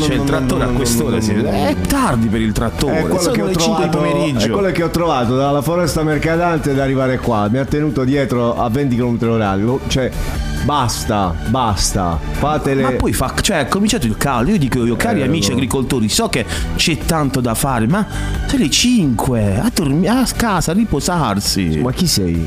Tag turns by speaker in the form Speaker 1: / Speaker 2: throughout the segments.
Speaker 1: C'è il trattore a Cioè, quest'ora, si È tardi per il trattore.
Speaker 2: È quello, che
Speaker 1: Sono
Speaker 2: ho
Speaker 1: le 5
Speaker 2: trovato,
Speaker 1: del
Speaker 2: è
Speaker 1: pomeriggio.
Speaker 2: quello che ho trovato dalla foresta mercadante ad arrivare qua. Mi ha tenuto dietro a 20 km orari. Cioè, basta, basta. Fatele.
Speaker 1: Ma poi fa, cioè, è cominciato il caldo. Io dico io, cari
Speaker 2: Eh,
Speaker 1: amici
Speaker 2: no.
Speaker 1: agricoltori, so che c'è tanto da fare, ma sono le 5 a, dormi- a casa, a riposarsi.
Speaker 2: Ma chi sei?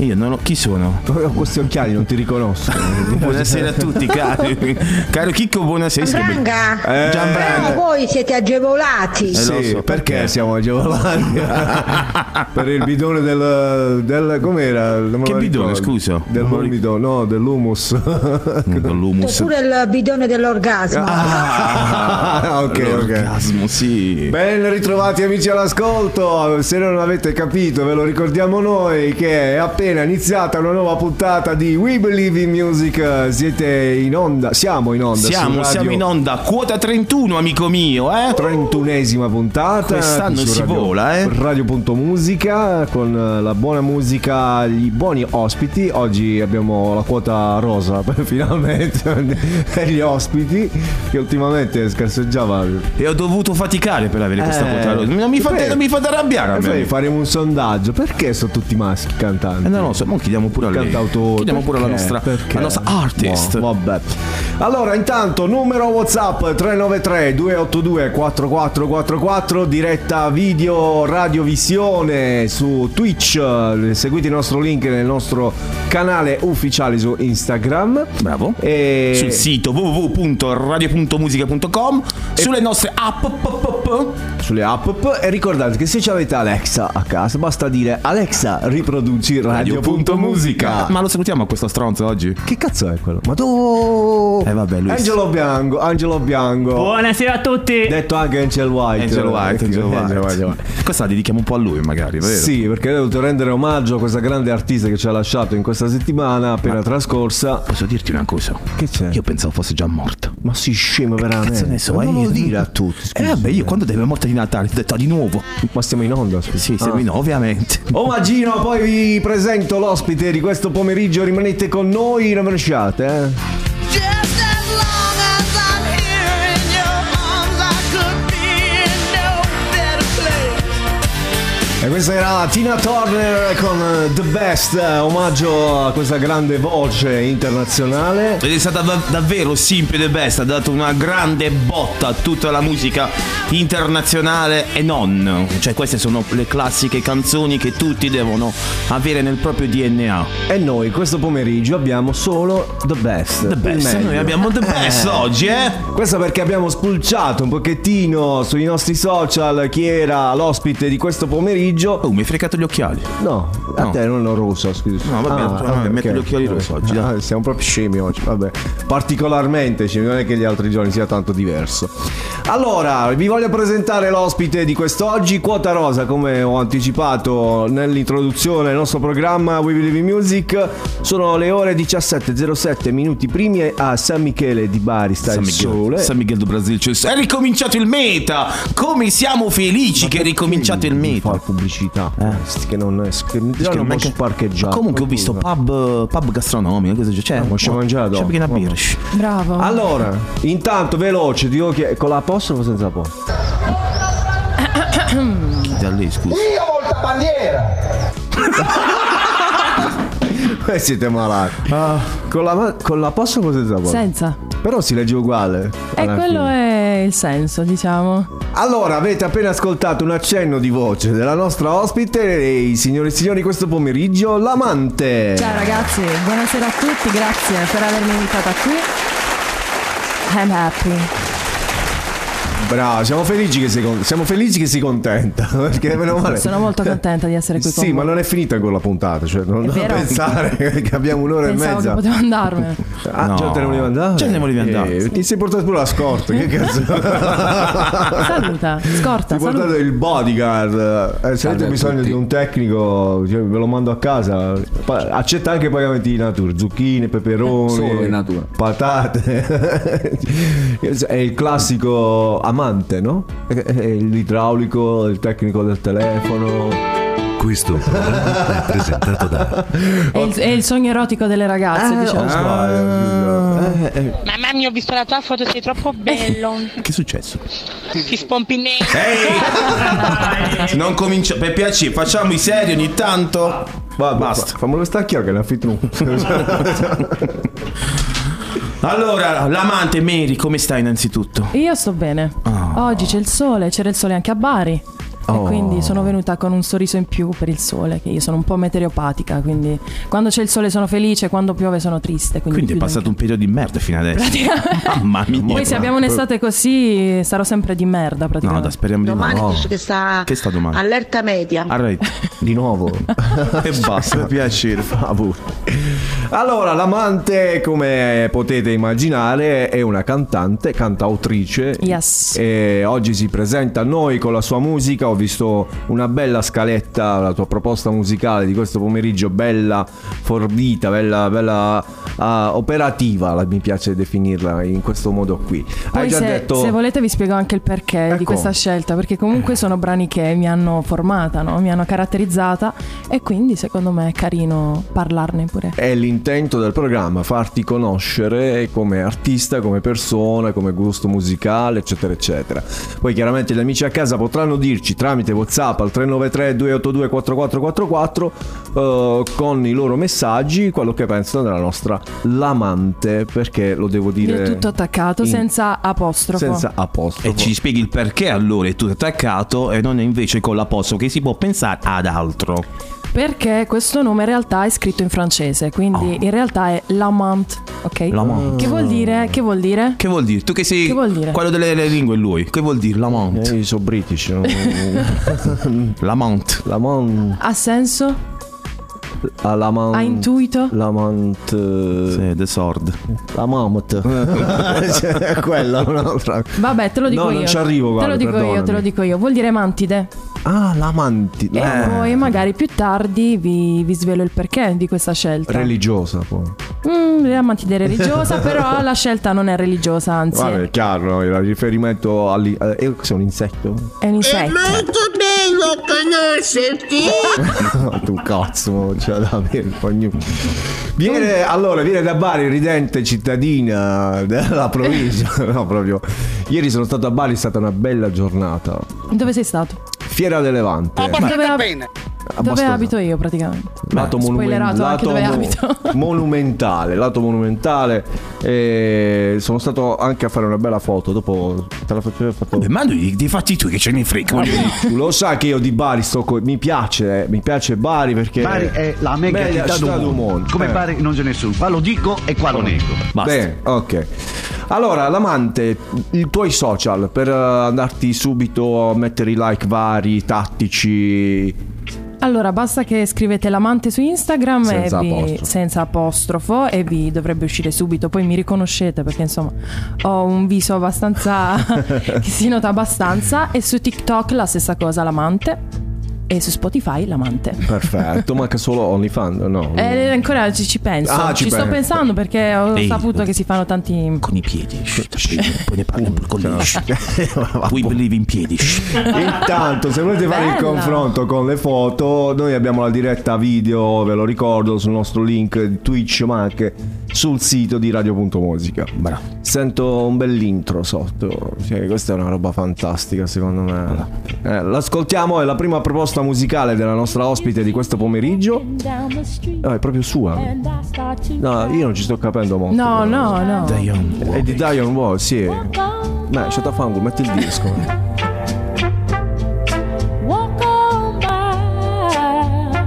Speaker 1: Io non ho. Chi sono?
Speaker 2: Ho questi occhiali, non ti riconosco.
Speaker 1: Eh, Buonasera a tutti, cari. Caro Chicco, buonasera.
Speaker 3: Franga,
Speaker 2: Eh,
Speaker 3: però voi siete agevolati.
Speaker 1: Eh, lo
Speaker 2: Sì,
Speaker 1: so,
Speaker 2: perché,
Speaker 1: perché?
Speaker 2: siamo agevolati? per il bidone del, del com'era? Non me
Speaker 1: Che
Speaker 2: lo
Speaker 1: bidone,
Speaker 2: ricordo.
Speaker 1: scusa?
Speaker 2: Del
Speaker 1: Non me lo
Speaker 2: morbido, no, dell'humus.
Speaker 1: L'humus.
Speaker 3: Oppure il bidone dell'orgasmo.
Speaker 2: Ah, ok, ok.
Speaker 1: L'orgasmo, sì.
Speaker 2: Ben ritrovati amici all'ascolto, se non l'avete capito ve lo ricordiamo noi che è appena iniziata una nuova puntata di We Believe in Music, siete in onda, siamo in onda,
Speaker 1: Siamo, siamo in
Speaker 2: onda.
Speaker 1: onda, quota 31, amico mio, eh?
Speaker 2: 31esima puntata
Speaker 1: Quest'anno
Speaker 2: su
Speaker 1: si
Speaker 2: Radio-
Speaker 1: vola, eh.
Speaker 2: Radio.musica con eh, la buona musica, gli buoni ospiti. Oggi abbiamo la quota rosa finalmente e gli ospiti che ultimamente scarseggiava.
Speaker 1: E ho dovuto faticare per avere questa
Speaker 2: Eh,
Speaker 1: quota rosa. Non mi fate,
Speaker 2: beh.
Speaker 1: non mi fate arrabbiare a
Speaker 2: E poi
Speaker 1: me.
Speaker 2: faremo un sondaggio, perché sono tutti maschi cantanti?
Speaker 1: Eh, non lo so, ma chiediamo pure a lei.
Speaker 2: Cantautore
Speaker 1: Chiediamo pure alla
Speaker 2: Perché?
Speaker 1: nostra,
Speaker 2: Perché?
Speaker 1: alla nostra artist.
Speaker 2: No, vabbè. Allora, intanto, numero WhatsApp 393 282 4444, diretta video radiovisione su Twitch. Seguite il nostro link nel nostro canale ufficiale su Instagram.
Speaker 1: Bravo.
Speaker 2: E
Speaker 1: Sul sito www.radio.musica.com,
Speaker 2: Eh.
Speaker 1: sulle nostre app.
Speaker 2: sulle app. E ricordate che se ci avete Alexa a casa, basta dire Alexa, riproduci radio.musica.
Speaker 1: Ma lo salutiamo a questo stronzo oggi?
Speaker 2: Che cazzo è quello? Ma tu...
Speaker 1: Eh, vabbè, lui-
Speaker 2: Angelo Bianco, Angelo Bianco.
Speaker 4: Buonasera a tutti.
Speaker 2: Detto anche Angel White.
Speaker 1: Angelo White,
Speaker 2: Eh,
Speaker 1: Angelo White.
Speaker 2: Angel White.
Speaker 1: Questa la dedichiamo un po' a lui, magari, vero?
Speaker 2: Sì, perché ho dovuto rendere omaggio a questa grande artista che ci ha lasciato in questa settimana appena trascorsa.
Speaker 1: Posso dirti una cosa?
Speaker 2: Che c'è?
Speaker 1: Io pensavo fosse già morta.
Speaker 2: Ma si scemo veramente.
Speaker 1: Cazzo ne so,
Speaker 2: Ma
Speaker 1: eh,
Speaker 2: non
Speaker 1: io-
Speaker 2: lo dire a tutti.
Speaker 1: Eh
Speaker 2: scusa.
Speaker 1: vabbè, io quando deve morta di Natale ti ho detto "Ah, di nuovo.
Speaker 2: Ma stiamo in onda. scusa.
Speaker 1: Sì,
Speaker 2: Ah.
Speaker 1: seguino, ovviamente.
Speaker 2: Omaggino, poi vi presento l'ospite di questo pomeriggio. Rimanete con noi, non lasciate, eh.
Speaker 5: Just as long as I'm here in your arms, I could be in no better place.
Speaker 2: E questa era Tina Turner con eh, The Best, eh, omaggio a questa grande voce internazionale.
Speaker 1: Ed è stata da- davvero Simpio The Best, ha dato una grande botta a tutta la musica internazionale e non. Cioè queste sono le classiche canzoni che tutti devono avere nel proprio DNA.
Speaker 2: E noi questo pomeriggio abbiamo solo The Best.
Speaker 1: The Best, noi abbiamo The Best oggi, eh?
Speaker 2: Questo perché abbiamo spulciato un pochettino sui nostri social chi era l'ospite di questo pomeriggio.
Speaker 1: Oh, mi hai fregato gli occhiali.
Speaker 2: No, a
Speaker 1: No.
Speaker 2: te non lo rosso, scusa.
Speaker 1: No, vabbè, vabbè,
Speaker 2: ok,
Speaker 1: metto
Speaker 2: ok.
Speaker 1: gli occhiali rossi oggi, dai.
Speaker 2: Ah, siamo proprio scemi oggi, vabbè. Particolarmente scemi, non è che gli altri giorni sia tanto diverso. Allora, vi voglio presentare l'ospite di quest'oggi, Quota Rosa, come ho anticipato nell'introduzione del nostro programma We Believe in Music. Sono le ore 17.07 minuti primi a San Michele di Bari, sta
Speaker 1: San
Speaker 2: il
Speaker 1: Miguel,
Speaker 2: sole.
Speaker 1: San Miguel do Brasil c'è il sole. È ricominciato il meta! Come siamo felici che è ricominciato il meta!
Speaker 2: Fa pubblicità.
Speaker 1: Eh.
Speaker 2: questi Che non, che mi diranno
Speaker 1: Perché
Speaker 2: non posso
Speaker 1: manca-
Speaker 2: parcheggiare.
Speaker 1: Comunque ho visto pub, pub gastronomico, cose del genere.
Speaker 2: Ah, ma ci mangiare
Speaker 1: C'è
Speaker 2: dopo.
Speaker 1: perché una birra.
Speaker 6: Bravo.
Speaker 2: Allora, intanto veloce, ti devo chiedere con la apostrofo o senza apostrofo?
Speaker 1: Da lì, scusa.
Speaker 2: Eh, siete malati. Con, la, con l'apostrofo o senza apostrofo?
Speaker 6: Senza.
Speaker 2: Però si legge uguale.
Speaker 6: E quello è il senso, diciamo.
Speaker 2: Allora, avete appena ascoltato un accenno di voce della nostra ospite, i signori e signori, questo pomeriggio, l'amante.
Speaker 6: Ciao ragazzi, buonasera a tutti, grazie per avermi invitata qui. I'm happy.
Speaker 2: Bravo, siamo felici che si, con- siamo felici che si contenta. Perché meno male.
Speaker 6: Sono molto contenta di essere qui con
Speaker 2: eh, Sì,
Speaker 6: voi.
Speaker 2: ma non è finita ancora la puntata. Cioè, non,
Speaker 6: È
Speaker 2: non
Speaker 6: vero.
Speaker 2: pensare che abbiamo un'ora e
Speaker 6: Pensavo che
Speaker 2: mezza.
Speaker 6: potevo andarmene.
Speaker 2: Ah,
Speaker 1: No.
Speaker 2: già te ne volevi andare?
Speaker 1: Già te ne volevi andare.
Speaker 2: Eh, Ti sei portato pure la scorta. Che cazzo?
Speaker 6: Saluta,
Speaker 2: Ti
Speaker 6: scorta,
Speaker 2: ho portato
Speaker 6: saluta.
Speaker 2: il bodyguard. Eh, se avete bisogno di un tecnico, cioè, ve lo mando a casa. Pa- accetta anche pagamenti di natura: zucchine, peperoni,
Speaker 7: Solo in natura.
Speaker 2: patate. è il classico amante, no? È- è l'idraulico, il tecnico del telefono.
Speaker 8: Questo programma è presentato da
Speaker 6: È il, è il sogno erotico delle ragazze,
Speaker 2: Eh,
Speaker 6: diciamo.
Speaker 2: o sbaglio. Eh, eh,
Speaker 9: Mamma mia, ho visto la tua foto, sei troppo bello.
Speaker 1: Che è successo?
Speaker 9: Ti spompi nero.
Speaker 1: Ehi! non cominciamo. Per piacere, facciamo i seri ogni tanto.
Speaker 2: Va,
Speaker 1: Basta.
Speaker 2: basta. Fammelo stacchiare che ne affitto un.
Speaker 1: Allora, l'amante Mary, come stai innanzitutto?
Speaker 6: Io sto bene.
Speaker 2: Ah.
Speaker 6: Oggi c'è il sole, c'era il sole anche a Bari. E
Speaker 2: Oh.
Speaker 6: quindi sono venuta con un sorriso in più per il sole, che io sono un po' meteoropatica, quindi quando c'è il sole sono felice, quando piove sono triste. Quindi,
Speaker 1: Quindi è
Speaker 6: chiudo
Speaker 1: passato un periodo di merda fino adesso.
Speaker 6: in-
Speaker 1: Mamma mia.
Speaker 6: Poi se abbiamo un'estate così sarò sempre di merda
Speaker 1: No,
Speaker 6: praticamente.
Speaker 1: da speriamo di
Speaker 9: Domani
Speaker 1: no.
Speaker 9: dice che sta,
Speaker 1: Che sta domani?
Speaker 9: allerta media.
Speaker 1: Arrete.
Speaker 2: Di nuovo.
Speaker 1: e basta. Per piacere.
Speaker 2: Allora, l'amante, come potete immaginare, è una cantante, cantautrice.
Speaker 6: Yes.
Speaker 2: E oggi si presenta a noi con la sua musica. Ho visto una bella scaletta, la tua proposta musicale di questo pomeriggio, bella forbita, bella, bella ah, operativa, la- mi piace definirla in questo modo qui. Hai
Speaker 6: Poi
Speaker 2: già
Speaker 6: se,
Speaker 2: detto...
Speaker 6: se volete vi spiego anche il perché
Speaker 2: Ecco.
Speaker 6: di questa scelta, perché comunque sono brani che mi hanno formata, no? mi hanno caratterizzata e quindi secondo me è carino parlarne pure.
Speaker 2: È l'intento del programma, farti conoscere come artista, come persona, come gusto musicale, eccetera, eccetera. Poi chiaramente gli amici a casa potranno dirci tramite WhatsApp al 393-282-4444 eh, con i loro messaggi quello che pensano della nostra L'amante, perché lo devo dire...
Speaker 6: Io tutto attaccato,
Speaker 2: in-
Speaker 6: senza apostrofo.
Speaker 2: Senza apostrofo.
Speaker 1: E ci spieghi il perché allora è tutto attaccato e non invece con l'apostrofo che si può pensare ad altro.
Speaker 6: Perché questo nome in realtà è scritto in francese, quindi
Speaker 2: Oh.
Speaker 6: in realtà è l'amant, ok?
Speaker 1: L'amant.
Speaker 6: Che vuol dire? Che vuol dire?
Speaker 1: Che vuol dire? Tu che sei
Speaker 6: Che vuol dire?
Speaker 1: quello delle delle lingue lui. Che vuol dire l'amante?
Speaker 2: Eh, io sono british. no?
Speaker 10: Eh.
Speaker 1: L'amante.
Speaker 2: L'amant...
Speaker 6: Ha senso?
Speaker 2: l'amant-
Speaker 6: Ha intuito?
Speaker 2: L'amant... eh,
Speaker 1: Sì, Eh, the sword.
Speaker 2: La Mammoth. cioè, quella, un'altra.
Speaker 6: Vabbè, te lo dico
Speaker 2: No,
Speaker 6: io.
Speaker 2: non ci arrivo, guarda,
Speaker 6: te lo dico io, te lo
Speaker 2: perdonami.
Speaker 6: dico io. Vuol dire mantide.
Speaker 2: Ah, eh, l'amanti.
Speaker 6: E
Speaker 2: la-
Speaker 6: poi magari più tardi vi, vi svelo il perché di questa scelta.
Speaker 2: Religiosa poi.
Speaker 6: Mm, la mantide è religiosa, però la scelta non è religiosa, anzi
Speaker 2: Vabbè, è chiaro, il riferimento alli- eh, eh, cos'è un insetto?
Speaker 6: è un insetto.
Speaker 2: No, tu cazzo, ma non c'è da avere il cognome. Viene, allora, viene da Bari, ridente cittadina della provincia. No, proprio. Ieri sono stato a Bari, è stata una bella giornata.
Speaker 6: Dove sei stato?
Speaker 2: Fiera del Levante.
Speaker 6: Dove, dove
Speaker 2: Abbastanza.
Speaker 6: abito io praticamente?
Speaker 2: lato, monumen-
Speaker 6: spoilerato
Speaker 2: lato
Speaker 6: anche dove
Speaker 2: mo-
Speaker 6: abito.
Speaker 2: monumentale, lato monumentale. E sono stato anche a fare una bella foto. Dopo te la faccio fatto.
Speaker 1: Beh, Eh, ma lui di fatti tu che ce ne frega. voglio dire.
Speaker 2: Tu lo sa che io di Bari sto co- mi piace, eh, mi piace Bari perché
Speaker 10: Bari è la mega
Speaker 2: Meglio
Speaker 10: città del mondo. Come
Speaker 2: Eh.
Speaker 10: Bari non c'è nessuno. Qua lo dico e qua lo nego.
Speaker 1: Basta.
Speaker 2: Bene, ok. Allora, l'amante, i tuoi social per eh, andarti subito a mettere i like vari, tattici.
Speaker 6: Allora, basta che scrivete l'amante su Instagram
Speaker 2: Senza
Speaker 6: e vi-
Speaker 2: apostrofo.
Speaker 6: senza apostrofo e vi dovrebbe uscire subito. Poi mi riconoscete perché insomma ho un viso abbastanza che si nota abbastanza. E su TikTok la stessa cosa, l'amante. E su Spotify l'amante.
Speaker 2: Perfetto, manca solo OnlyFans, no?
Speaker 6: Eh, ancora ci, ci penso,
Speaker 2: Ah, ci
Speaker 6: ci, sto
Speaker 2: pensi.
Speaker 6: pensando perché ho
Speaker 1: Ehi.
Speaker 6: saputo che si fanno tanti.
Speaker 1: Con i piedi. shh, shh, Poi ne parliamo pure con lui.
Speaker 10: Cioè,
Speaker 1: shh. We believe in piedi. shh.
Speaker 2: Intanto, se volete fare il
Speaker 6: Bella.
Speaker 2: confronto con le foto, noi abbiamo la diretta video, ve lo ricordo, sul nostro link di Twitch, ma anche sul sito di radio.musica.
Speaker 1: Bravo.
Speaker 2: Sento un bell'intro sotto. Cioè, questa è una roba fantastica, secondo me. Eh, l'ascoltiamo, è la prima proposta musicale della nostra ospite di questo pomeriggio. No, è proprio sua. No, io non ci sto capendo molto.
Speaker 6: No, no, no.
Speaker 1: Dion.
Speaker 2: È di Dion Wall, sì. Beh, shut up, Angu, metti il disco.
Speaker 11: Walk on by.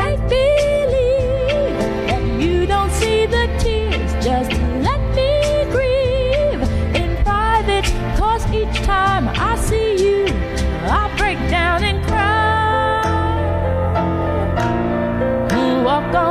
Speaker 11: Make believe that you don't see the tears. Just let me grieve in private, cause each Oh,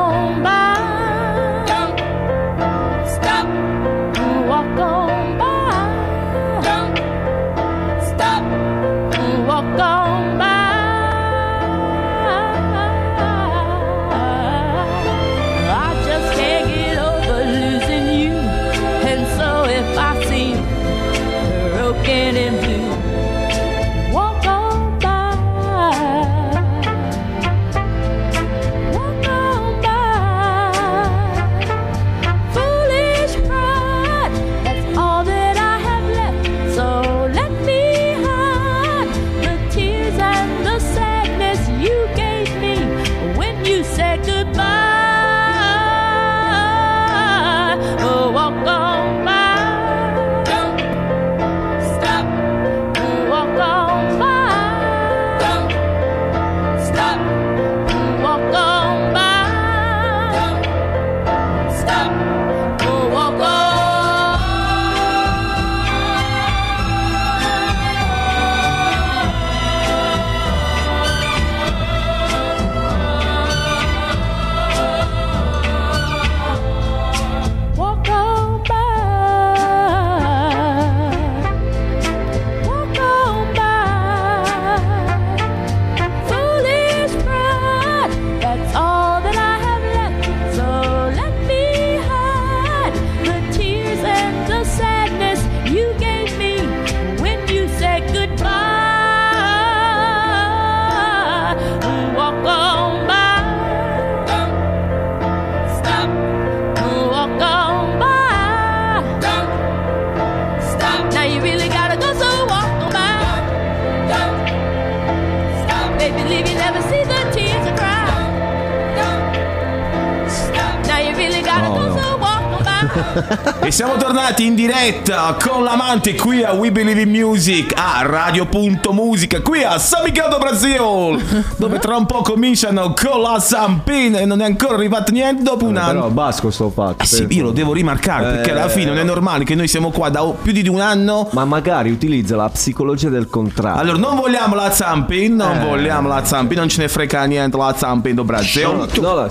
Speaker 1: E siamo tornati in diretta con l'amante qui a We Believe in Music, a Radio.Musica, qui a Samicado Brasil, dove tra un po' cominciano con la Zampina e non è ancora arrivato niente dopo un anno.
Speaker 7: Però basco sto fatto.
Speaker 1: Eh sì, io lo devo rimarcare perché alla fine non è normale che noi siamo qua da più di un anno.
Speaker 7: Ma magari utilizza la psicologia del contrario.
Speaker 1: Allora, non vogliamo la Zampin, non vogliamo la Zampin, non ce ne frega niente la Zampin do Brasil.
Speaker 7: No, la-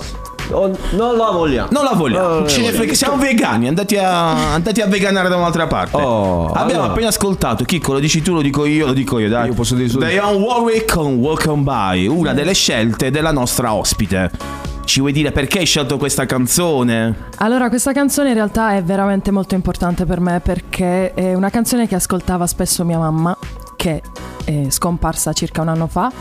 Speaker 7: on- non la vogliamo.
Speaker 1: Non la vogliamo,
Speaker 7: Eh,
Speaker 1: ce ne frega- siamo vegani, andati a, andati a veganare da un'altra parte.
Speaker 7: Oh,
Speaker 1: Abbiamo
Speaker 7: allora.
Speaker 1: appena ascoltato, Chicco, lo dici tu, lo dico io, lo dico io, dai.
Speaker 7: Io posso dire solo-
Speaker 1: Dionne Warwick con Walk On By, una delle scelte della nostra ospite. Ci vuoi dire perché hai scelto questa canzone?
Speaker 6: Allora, questa canzone in realtà è veramente molto importante per me perché è una canzone che ascoltava spesso mia mamma, che è scomparsa circa un anno fa.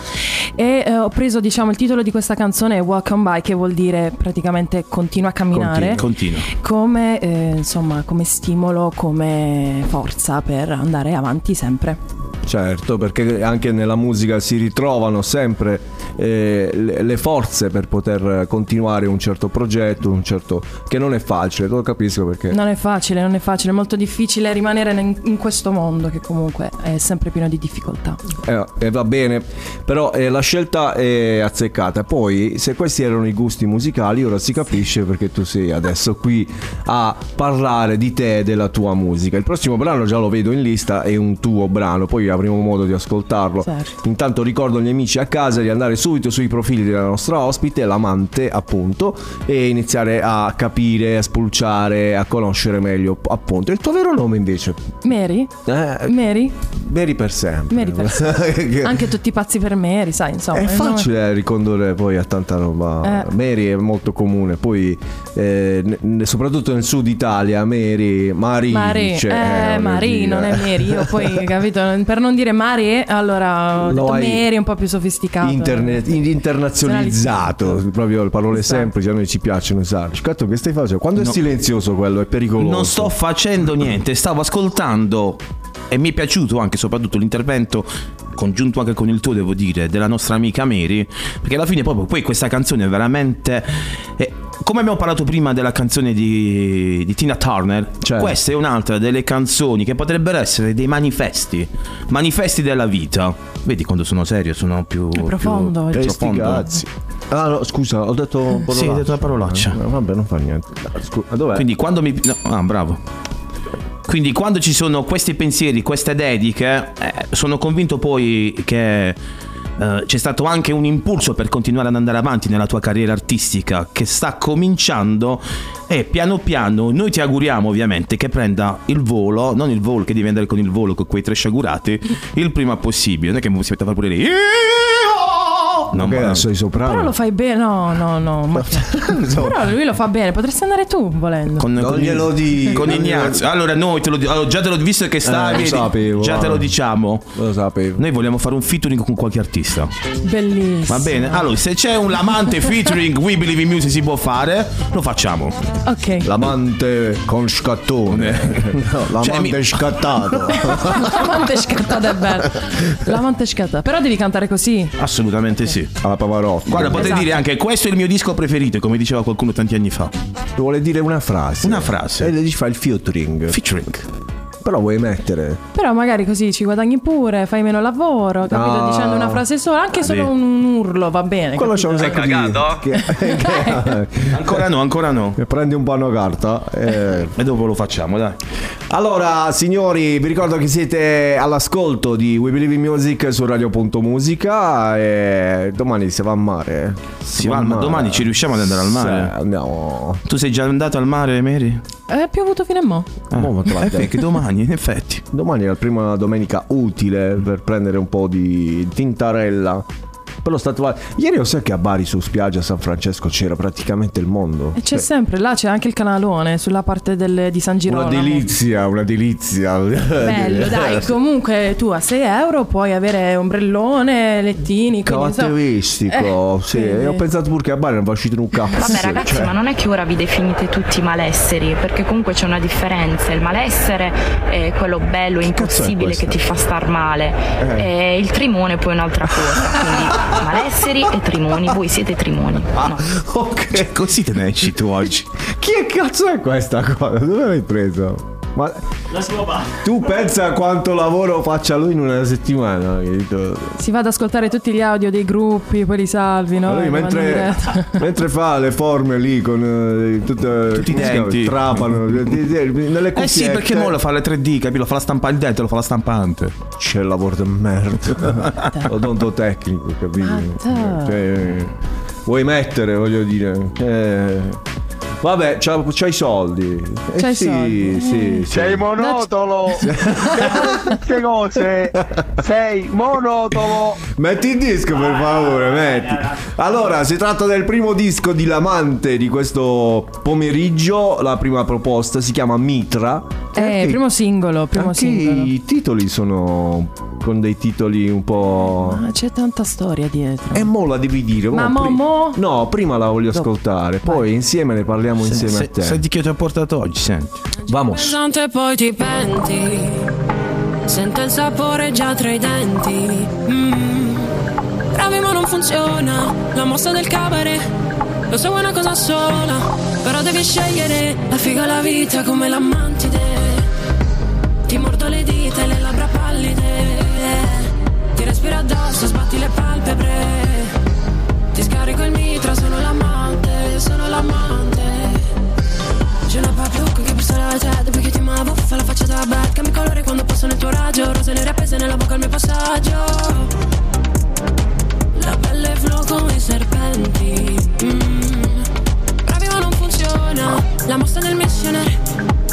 Speaker 6: E eh, ho preso, diciamo, il titolo di questa canzone Walk on By, che vuol dire praticamente continua a camminare.
Speaker 1: Continua.
Speaker 6: Come, eh, insomma, come stimolo, come forza per andare avanti sempre.
Speaker 7: Certo, perché anche nella musica si ritrovano sempre eh, le le forze per poter continuare un certo progetto, un certo... che non è facile, lo capisco perché...
Speaker 6: Non è facile, non è facile, è molto difficile rimanere in, in questo mondo che comunque è sempre pieno di difficoltà.
Speaker 7: Eh, eh, va bene, però eh, la scelta è azzeccata. Poi, se questi erano i gusti musicali, ora si capisce perché tu sei adesso qui a parlare di te e della tua musica. Il prossimo brano già lo vedo in lista, è un tuo brano, poi avremo modo di ascoltarlo.
Speaker 6: Certo.
Speaker 7: Intanto ricordo agli amici a casa di andare subito sui profili della nostra ospite, l'amante appunto, e iniziare a capire, a spulciare, a conoscere meglio appunto. Il tuo vero nome invece?
Speaker 6: Mary?
Speaker 7: Eh,
Speaker 6: Mary?
Speaker 7: Mary per sempre.
Speaker 6: Mary per
Speaker 7: Che-
Speaker 6: Anche tutti pazzi per Mary, sai, insomma.
Speaker 7: è
Speaker 6: il nome-
Speaker 7: facile ricondurre poi a tanta roba.
Speaker 6: Eh.
Speaker 7: Mary è molto comune, poi eh, ne- ne- soprattutto nel sud Italia, Mary, Mari,
Speaker 6: Mari,
Speaker 7: cioè,
Speaker 6: eh,
Speaker 7: voglio
Speaker 6: Mari,
Speaker 7: dire.
Speaker 6: non è Mary. Io poi, capito, per non dire Mari, allora ho
Speaker 7: Lo
Speaker 6: detto
Speaker 7: hai
Speaker 6: Mary è un po' più sofisticato.
Speaker 7: Internet- in- internazionalizzato, proprio le parole
Speaker 6: Esatto.
Speaker 7: semplici, a noi ci piacciono usarle. Scatto, che stai facendo? Quando è silenzioso quello è pericoloso.
Speaker 1: Non sto facendo niente, stavo ascoltando e mi è piaciuto anche soprattutto l'intervento congiunto anche con il tuo devo dire della nostra amica Mary perché alla fine proprio poi questa canzone è veramente è- come abbiamo parlato prima della canzone di, di Tina Turner
Speaker 7: Certo.
Speaker 1: questa è un'altra delle canzoni che potrebbero essere dei manifesti manifesti della vita vedi quando sono serio sono più più-
Speaker 6: profondo,
Speaker 1: più
Speaker 6: eh.
Speaker 7: Sti
Speaker 1: profondo.
Speaker 7: cazzi. Ah, no, scusa, ho detto parolacce.
Speaker 1: Sì, hai detto una parolaccia.
Speaker 7: Eh, Vabbè, non fa niente. Scusa, dov'è?
Speaker 1: Quindi quando mi. no, ah, bravo. Quindi quando ci sono questi pensieri, queste dediche, eh, sono convinto poi che. eh, c'è stato anche un impulso per continuare ad andare avanti nella tua carriera artistica che sta cominciando e piano piano noi ti auguriamo ovviamente che prenda il volo, non il volo che devi andare con il volo con quei tre sciagurati, il prima possibile, non è che mi si metta a fare pure lì. No,
Speaker 7: Ok,
Speaker 1: ma-
Speaker 7: adesso i soprano.
Speaker 6: Però lo fai bene, no, no, no. ma- Però lui lo fa bene, potresti andare tu volendo.
Speaker 1: con,
Speaker 7: Non
Speaker 1: con-
Speaker 7: glielo dico.
Speaker 1: con Ignazio. Allora, noi te lo, di- allora, già te l'ho visto che
Speaker 7: Eh,
Speaker 1: stavi.
Speaker 7: lo
Speaker 1: vedi,
Speaker 7: sapevo,
Speaker 1: già te
Speaker 7: guarda.
Speaker 1: lo diciamo.
Speaker 7: Lo sapevo.
Speaker 1: Noi vogliamo fare un featuring con qualche artista.
Speaker 6: Bellissimo.
Speaker 1: Va bene? Allora, se c'è un l'amante featuring We Believe in Music si può fare, lo facciamo.
Speaker 6: Ok.
Speaker 7: L'amante con scattone. No,
Speaker 1: Cioè,
Speaker 7: l'amante
Speaker 1: mi-
Speaker 7: scattato.
Speaker 6: L'amante scattata è bella. L'amante scattata. Però devi cantare così.
Speaker 1: Assolutamente sì.
Speaker 7: Alla Eh, Pavarotti.
Speaker 1: Guarda, potrei
Speaker 6: Esatto.
Speaker 1: dire anche questo è il mio disco preferito, come diceva qualcuno tanti anni fa.
Speaker 7: vuole dire una frase.
Speaker 1: Una frase.
Speaker 7: E gli fa il filtering.
Speaker 1: Featuring.
Speaker 7: Però vuoi mettere.
Speaker 6: Però magari così ci guadagni pure, fai meno lavoro, capito?
Speaker 7: No.
Speaker 6: Dicendo una frase sola, anche solo un, un urlo va bene.
Speaker 7: Quello c'è
Speaker 6: capito?
Speaker 7: un sacco di... Che, che-
Speaker 1: Ancora no, ancora no.
Speaker 7: che prendi un panno carta. eh.
Speaker 1: E dopo lo facciamo, dai.
Speaker 7: Allora, signori, vi ricordo che siete all'ascolto di We Believe in Music su Radio.musica. E domani si va al mare.
Speaker 1: Si va al ma- domani ci riusciamo ad andare al mare?
Speaker 7: Sì, andiamo.
Speaker 1: Tu sei già andato al mare, Mary?
Speaker 6: È Eh, piovuto fino a mo'.
Speaker 1: Ah,
Speaker 7: Mo, ma te l'ha
Speaker 1: eh,
Speaker 7: detto.
Speaker 1: perché domani, in effetti.
Speaker 7: Domani è la prima domenica utile per prendere un po' di tintarella. Però sta trovando. Ieri lo sai che a Bari su spiaggia a San Francesco c'era praticamente il mondo.
Speaker 6: E c'è
Speaker 7: Cioè,
Speaker 6: sempre, là c'è anche il canalone sulla parte del- di San
Speaker 7: una
Speaker 6: Girolamo.
Speaker 7: delizia, una delizia.
Speaker 6: Bello, dai, comunque tu a 6 euro puoi avere ombrellone, lettini, quindi insomma-
Speaker 7: Caratteristico,
Speaker 6: Eh,
Speaker 7: sì.
Speaker 6: quindi-
Speaker 7: E ho pensato pure che a Bari non va uscito un cazzo.
Speaker 4: Vabbè ragazzi,
Speaker 7: cioè.
Speaker 4: ma non è che ora vi definite tutti malesseri, perché comunque c'è una differenza. Il malessere è quello bello,
Speaker 7: cazzo è
Speaker 4: impossibile che
Speaker 7: questo?
Speaker 4: ti fa star male.
Speaker 7: Eh.
Speaker 4: E il trimone poi è un'altra cosa. Quindi malesseri e trimoni. Voi siete trimoni. No.
Speaker 7: Ok.
Speaker 1: Cioè, così te ne esci tu oggi.
Speaker 7: Chi è cazzo è questa cosa? Dove l'hai preso? Ma
Speaker 12: La scopa.
Speaker 7: tu pensa a quanto lavoro faccia lui in una settimana? capito?
Speaker 6: Si va ad ascoltare tutti gli audio dei gruppi, poi li salvi, no?
Speaker 7: Allora,
Speaker 6: E li mandi in
Speaker 7: mentre,
Speaker 6: diretta.
Speaker 7: mentre fa le forme lì con eh, tutte,
Speaker 1: Tutti i
Speaker 7: come si chiama?
Speaker 1: denti.
Speaker 7: trapano eh, eh, nelle
Speaker 1: Eh sì,
Speaker 7: cuffiette.
Speaker 1: perché mo lo fa le 3D, capito? Lo fa la stampante, il dente lo fa la stampante.
Speaker 7: C'è il lavoro di merda. Odonto tecnico, capito?
Speaker 1: Ah,
Speaker 7: Cioè, vuoi mettere, voglio dire. eh, Vabbè, c'ha, c'ha i soldi. Eh
Speaker 6: C'ha i
Speaker 7: sì,
Speaker 6: soldi. Eh.
Speaker 7: sì, sì.
Speaker 13: Sei monotolo! che cose? Sei monotolo!
Speaker 7: Metti il disco per favore, metti. Allora, si tratta del primo disco di Lamante di questo pomeriggio. La prima proposta si chiama Mitra.
Speaker 6: Eh,
Speaker 7: Anche-
Speaker 6: primo singolo, primo
Speaker 7: anche
Speaker 6: singolo.
Speaker 7: i titoli sono con dei titoli un po'.
Speaker 6: Ma Ah, c'è tanta storia dietro.
Speaker 7: E Eh, mo la devi dire.
Speaker 6: Ma mo,
Speaker 7: pri-
Speaker 6: mo?
Speaker 7: No, prima la voglio ascoltare, poi insieme ne parliamo
Speaker 1: Se-
Speaker 7: insieme
Speaker 1: se-
Speaker 7: a te.
Speaker 1: senti che ti ho portato oggi, senti.
Speaker 7: Vamos.
Speaker 9: pesante e poi ti penti. Sento il sapore già tra i denti. Mm. Bravi ma non funziona. La mossa del cabaret. Lo so è una cosa sola. Però devi scegliere la figa e la vita come la mantide. Ti mordo le dita e le labbra pallide. Ti respiro addosso, sbatti le palpebre. Ti scarico il mitra, sono l'amante, sono l'amante. C'è una pop look che bussa la testa Perché ti muovo, fa la faccia da bad Cambi colore quando passo nel tuo raggio Rose nere appese nella bocca al mio passaggio La pelle flow come i serpenti mm. Bravi ma non funziona La mossa del missionario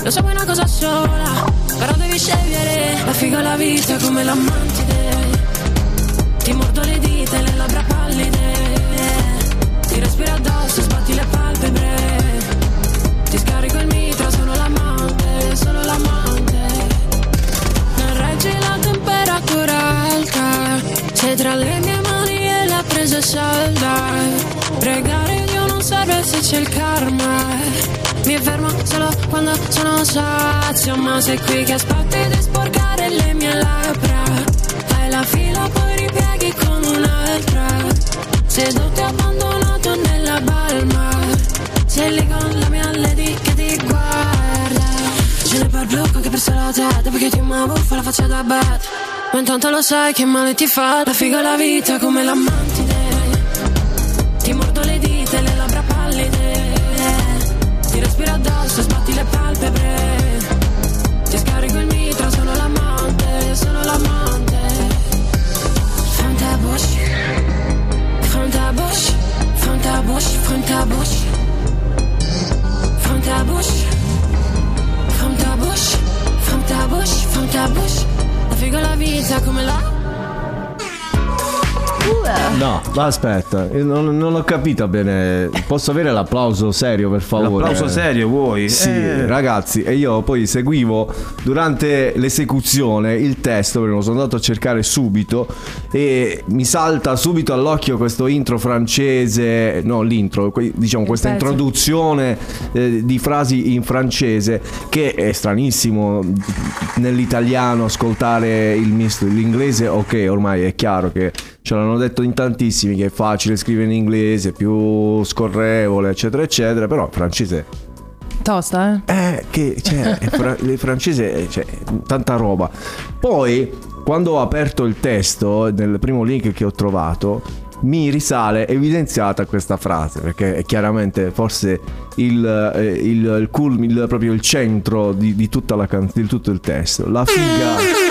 Speaker 9: Lo so è una cosa sola Però devi scegliere La figa o la vita come l'amantide Ti mordo le dita e le labbra pallide Ti respiro addosso, sbatti le palpebre ti scarico il mitra, sono l'amante, sono l'amante. Non reggi la temperatura alta, sei tra le mie mani e la presa è salda. Pregare Dio non serve se c'è il karma. Mi fermo solo quando sono sazio, ma sei qui che aspetti di sporcare le mie labbra. Fai la fila, poi ripieghi come un'altra. Seduto e abbandonato nella balma. Sei lì con la mia lady che ti guarda Ce ne parlo blocco che perso la testa Perché ti muovo, fa la faccia da bat Ma intanto lo sai che male ti fa La figa e la vita come l'amantide Ti mordo le dita e le labbra pallide Ti respiro addosso, sbatti le palpebre Ti scarico il mitra, sono l'amante, sono l'amante Fanta Bush Fanta Bush Fanta Bush, Fanta Bush From ta bouche, from ta bouche, from ta bouche, from ta bouche. La figo la vita come la.
Speaker 7: No, aspetta, io non, non l'ho capita bene. Posso avere l'applauso serio, per favore?
Speaker 1: L'applauso serio vuoi?
Speaker 7: Sì,
Speaker 1: Eh.
Speaker 7: ragazzi, e io poi seguivo durante l'esecuzione il testo, perché lo sono andato a cercare subito e mi salta subito all'occhio questo intro francese, no, l'intro, que- diciamo questa
Speaker 6: pezzo.
Speaker 7: introduzione eh, di frasi in francese che è stranissimo nell'italiano ascoltare il misto dell'inglese, ok, ormai è chiaro che ce l'hanno detto in tantissimi che è facile scrivere in inglese, più scorrevole, eccetera, eccetera, però il francese
Speaker 6: Tosta, eh?
Speaker 7: eh, che cioè, il fra- il francese cioè, tanta roba. Poi, quando ho aperto il testo, nel primo link che ho trovato, mi risale evidenziata questa frase, perché è chiaramente forse il, eh, il, il culmi- il- proprio il centro di, di tutta la can- di tutto il testo. La figa.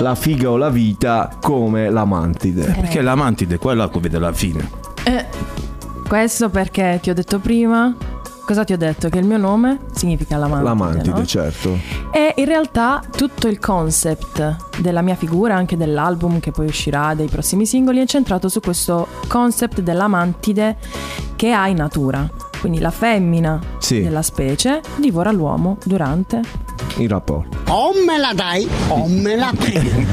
Speaker 7: La figa o la vita come la mantide.
Speaker 1: Perché la mantide, quella che vede la fine.
Speaker 6: Eh, questo perché ti ho detto prima. Cosa ti ho detto? Che il mio nome significa l'amante.
Speaker 7: La mantide,
Speaker 6: no?
Speaker 7: certo.
Speaker 6: E in realtà tutto il concept della mia figura, anche dell'album che poi uscirà, dei prossimi singoli, è centrato su questo concept dell'amantide che ha in natura. Quindi la femmina
Speaker 7: Sì.
Speaker 6: della specie divora l'uomo durante.
Speaker 7: Il rapporto.
Speaker 14: O me la dai, o me la prendi.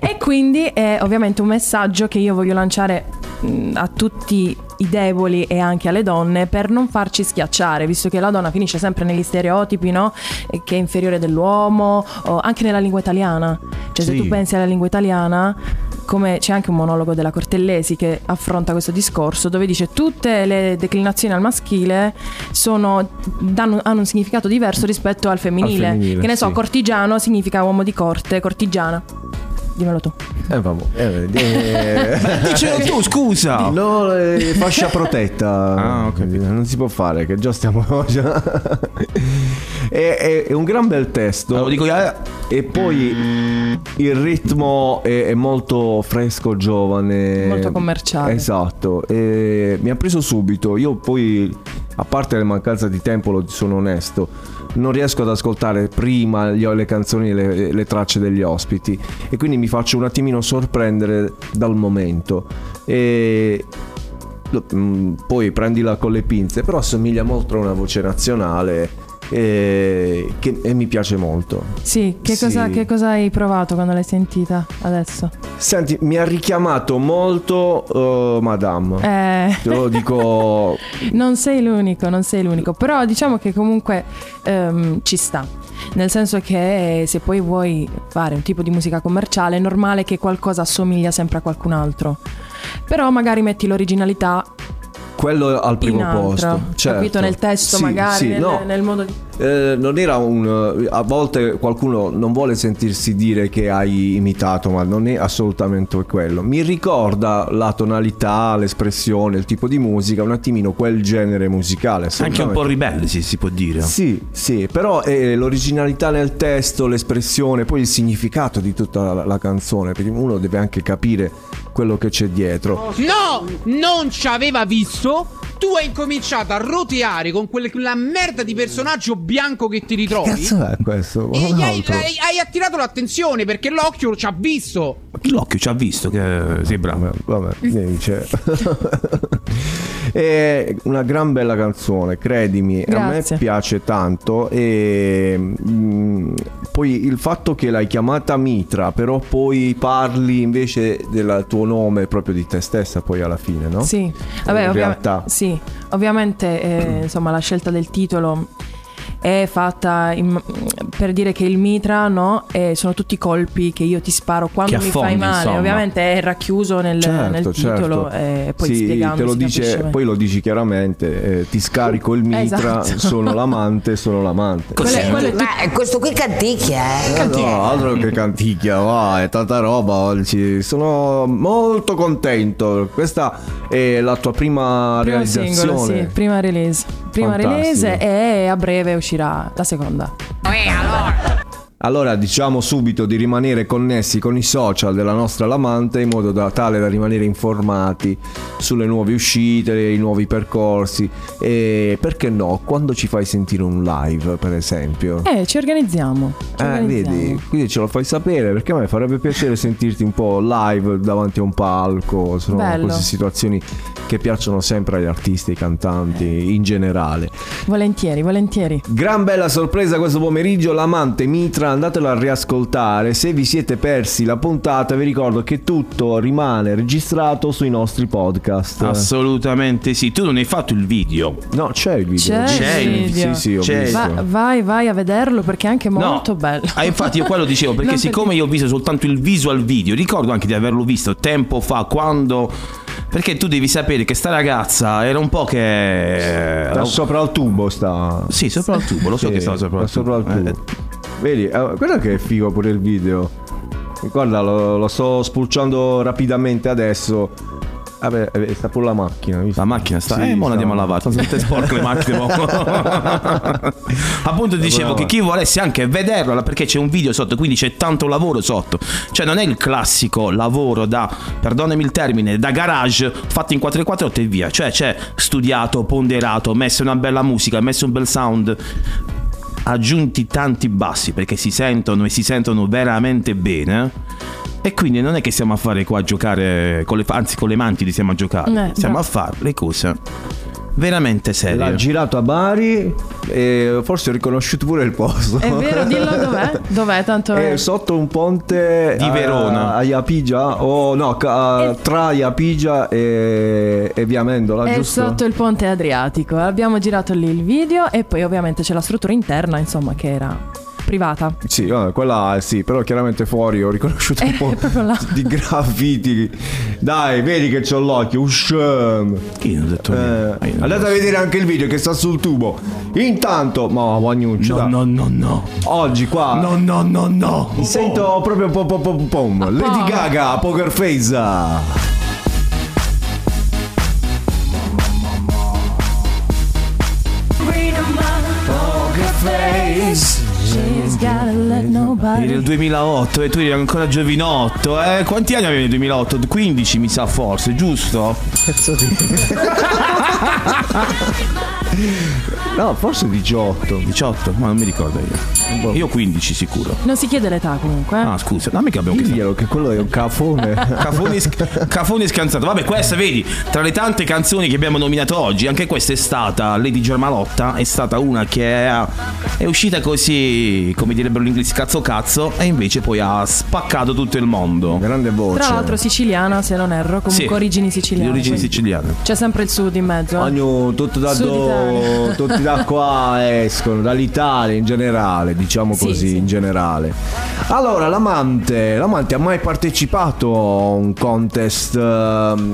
Speaker 6: e quindi è ovviamente un messaggio che io voglio lanciare mh, a tutti i deboli e anche alle donne per non farci schiacciare, visto che la donna finisce sempre negli stereotipi, no? E Che è inferiore dell'uomo, o anche nella lingua italiana. Cioè, se
Speaker 7: Sì.
Speaker 6: tu pensi alla lingua italiana, come c'è anche un monologo della Cortellesi che affronta questo discorso, dove dice tutte le declinazioni al maschile sono- danno- hanno un significato diverso rispetto al femminile.
Speaker 7: femminile,
Speaker 6: che ne so,
Speaker 7: sì.
Speaker 6: cortigiano significa uomo di corte, cortigiana. Dimmelo tu.
Speaker 7: Eh, vabbè. Eh, eh,
Speaker 1: Beh, dicelo tu, scusa.
Speaker 7: No, eh, fascia protetta. Non si può fare, che già stiamo. già- è, è- è un gran bel testo.
Speaker 1: eh.
Speaker 7: E poi il ritmo è, è molto fresco, giovane.
Speaker 6: Molto commerciale.
Speaker 7: Esatto. E mi ha preso subito. Io poi, a parte la mancanza di tempo, lo sono onesto. Non riesco ad ascoltare prima gli- le canzoni, le, le tracce degli ospiti e quindi mi faccio un attimino sorprendere dal momento. E lo- mm, poi prendila con le pinze, però assomiglia molto a una voce nazionale e, che, e mi piace molto.
Speaker 6: Sì, che,
Speaker 7: Sì.
Speaker 6: Cosa, che cosa hai provato quando l'hai sentita adesso?
Speaker 7: Senti, mi ha richiamato molto eh, Madame.
Speaker 6: Eh.
Speaker 7: Te lo dico.
Speaker 6: Non sei l'unico, non sei l'unico, però diciamo che comunque ehm, ci sta. Nel senso che se poi vuoi fare un tipo di musica commerciale è normale che qualcosa assomiglia sempre a qualcun altro. Però magari metti l'originalità
Speaker 7: Quello al primo
Speaker 6: in altro.
Speaker 7: posto. Certo.
Speaker 6: Capito nel testo
Speaker 7: Sì,
Speaker 6: magari,
Speaker 7: sì,
Speaker 6: nel,
Speaker 7: no.
Speaker 6: nel modo di...
Speaker 7: Eh, non era un. A volte qualcuno non vuole sentirsi dire che hai imitato, ma non è assolutamente quello. Mi ricorda la tonalità, l'espressione, il tipo di musica, un attimino quel genere musicale.
Speaker 1: Anche un
Speaker 7: assolutamente.
Speaker 1: po' ribelle, sì, si può dire.
Speaker 7: Sì, sì, però eh, l'originalità nel testo, l'espressione, poi il significato di tutta la, la canzone, perché uno deve anche capire quello che c'è dietro.
Speaker 12: No, non ci aveva visto. Tu hai incominciato a roteare con quella, quella merda di personaggio bianco che ti ritrovi.
Speaker 7: Cazzo è questo?
Speaker 12: E
Speaker 7: Un
Speaker 12: gli hai,
Speaker 7: altro.
Speaker 12: hai- hai attirato l'attenzione perché l'occhio ci ha visto.
Speaker 1: L'occhio ci ha visto che sei bravo.
Speaker 7: Vabbè,
Speaker 6: Mm.
Speaker 7: niente, cioè. è una gran bella canzone, credimi, a
Speaker 6: Grazie.
Speaker 7: me piace tanto e mm, poi il fatto che l'hai chiamata Mitra, però poi parli invece del tuo nome proprio di te stessa poi alla fine, no?
Speaker 6: Sì, vabbè,
Speaker 7: in
Speaker 6: ovvia-
Speaker 7: realtà.
Speaker 6: sì. ovviamente eh, insomma, la scelta del titolo è fatta in- per dire che il mitra no, eh, sono tutti colpi che io ti sparo quando
Speaker 7: Che
Speaker 6: mi
Speaker 7: affondi,
Speaker 6: fai male,
Speaker 7: insomma. Certo,
Speaker 6: ovviamente è racchiuso nel, nel titolo e poi
Speaker 7: Sì,
Speaker 6: spiegando
Speaker 7: te lo
Speaker 6: si
Speaker 7: dice,
Speaker 6: capisce.
Speaker 7: poi lo dici chiaramente, eh, ti scarico il mitra,
Speaker 6: Esatto.
Speaker 7: sono l'amante, sono l'amante.
Speaker 14: Ma questo qui canticchia, eh?
Speaker 7: Eh, No, altro che canticchia, va, è tanta roba oggi. Sono molto contento. Questa è la tua prima
Speaker 6: Primo
Speaker 7: realizzazione.
Speaker 6: singolo, sì, prima release. Prima
Speaker 7: Fantastico.
Speaker 6: release e a breve uscirà la seconda.
Speaker 7: Allora diciamo subito di rimanere connessi con i social della nostra Lamante in modo da, tale da rimanere informati sulle nuove uscite, i nuovi percorsi e perché no, quando ci fai sentire un live per esempio.
Speaker 6: Eh, ci organizziamo. Ci
Speaker 7: Eh,
Speaker 6: organizziamo.
Speaker 7: vedi, quindi ce lo fai sapere perché a me farebbe piacere sentirti un po' live davanti a un palco. Sono
Speaker 6: Bello.
Speaker 7: queste situazioni che piacciono sempre agli artisti, ai
Speaker 6: Eh.
Speaker 7: cantanti in generale.
Speaker 6: Volentieri, volentieri.
Speaker 7: Gran bella sorpresa questo pomeriggio, l'amante Mitra, andatelo a riascoltare. Se vi siete persi la puntata, vi ricordo che tutto rimane registrato sui nostri podcast.
Speaker 1: Ah, Assolutamente sì. Tu non hai fatto il video.
Speaker 7: No, c'è il video.
Speaker 6: C'è, il video.
Speaker 1: Sì, sì, ho visto.
Speaker 6: Va- vai, vai a vederlo perché è anche molto bello.
Speaker 1: Ah, infatti io quello dicevo perché
Speaker 6: Non
Speaker 1: siccome io ho visto soltanto il viso al video, ricordo anche di averlo visto tempo fa quando perché tu devi sapere che sta ragazza era un po' che
Speaker 7: Sta sopra al tubo sta.
Speaker 1: Sì, sopra al tubo, lo so
Speaker 7: Sì,
Speaker 1: che stava sopra Eh, al
Speaker 7: sta sopra al tubo. Vedi, eh, guarda che è figo pure il video. Guarda, lo, lo sto spulciando rapidamente adesso. Vabbè, eh, sta pure la macchina. La
Speaker 1: macchina sta- eh, mo la andiamo a lavare, tanto tutte sporche le macchine, mo. Appunto dicevo che chi volesse anche vederla perché c'è un video sotto, quindi c'è tanto lavoro sotto. Cioè non è il classico lavoro da, perdonami il termine, da garage fatto in 448 e via. Cioè c'è studiato, ponderato, messo una bella musica, messo un bel sound. Aggiunti tanti bassi perché si sentono e si sentono veramente bene. E quindi non è che stiamo a fare qua a giocare, con le, anzi con le mantidi stiamo a giocare,
Speaker 6: Eh,
Speaker 1: stiamo
Speaker 6: bravo.
Speaker 1: a fare le cose veramente serie.
Speaker 7: L'ha girato a Bari e forse ho riconosciuto pure il posto.
Speaker 6: È vero, dillo dov'è? Dov'è tanto?
Speaker 7: È sotto un ponte eh,
Speaker 1: Di
Speaker 7: a-
Speaker 1: Verona.
Speaker 7: a, Iapigia, o Oh, no,
Speaker 6: Eh.
Speaker 7: ca- tra Iapigia e, e Via Mendola,
Speaker 6: È
Speaker 7: giusto?
Speaker 6: sotto il ponte Adriatico. Abbiamo girato lì il video e poi ovviamente c'è la struttura interna, insomma, che era privata.
Speaker 7: Sì, vabbè, quella eh, sì, però chiaramente fuori ho riconosciuto un po'
Speaker 6: Eh, proprio là.
Speaker 7: di graffiti. Dai, vedi che c'ho l'occhio. Usciamo.
Speaker 1: Io non ho detto niente. Io non
Speaker 7: Eh, Andate
Speaker 1: lo
Speaker 7: a
Speaker 1: so.
Speaker 7: vedere anche il video che sta sul tubo. Intanto, ma Guagnuccio.
Speaker 1: No,
Speaker 7: dai.
Speaker 1: no, no, no.
Speaker 7: Oggi qua.
Speaker 1: No, no, no, no. Oh.
Speaker 7: Sento proprio pom pom pom pom. Lady Gaga, Poker Face.
Speaker 6: She's gotta let
Speaker 1: Eri
Speaker 6: nobody.
Speaker 1: del 2008 Eh, e tu eri ancora giovinotto, eh? Quanti anni avevi nel 2008? 15 mi sa forse, giusto?
Speaker 7: Cazzo di. No, forse Boh. 18.
Speaker 1: 18, ma non mi ricordo io. Io 15 sicuro.
Speaker 6: Non si chiede l'età comunque. eh.
Speaker 1: Ah, scusa, no, mica abbiamo
Speaker 7: Diglielo che quello è un cafone.
Speaker 1: Cafoni, sc- Cafoni scansato. Vabbè, questa vedi, tra le tante canzoni che abbiamo nominato oggi, anche questa è stata Lady Germalotta, è stata una che è, è uscita così, come direbbero gli inglesi cazzo cazzo, e invece poi ha spaccato tutto il mondo.
Speaker 7: Grande voce.
Speaker 6: Tra l'altro siciliana, se non erro, comunque
Speaker 1: Sì.
Speaker 6: origini siciliane.
Speaker 1: Di origini
Speaker 6: quindi.
Speaker 1: siciliane.
Speaker 6: C'è sempre il sud in mezzo. eh.
Speaker 7: Ogni, tutto da do,
Speaker 6: Suditano.
Speaker 7: tutti da qua escono, dall'Italia in generale, diciamo
Speaker 6: Sì,
Speaker 7: così,
Speaker 6: sì.
Speaker 7: in generale. Allora, l'amante, l'amante ha mai partecipato a un contest, ehm,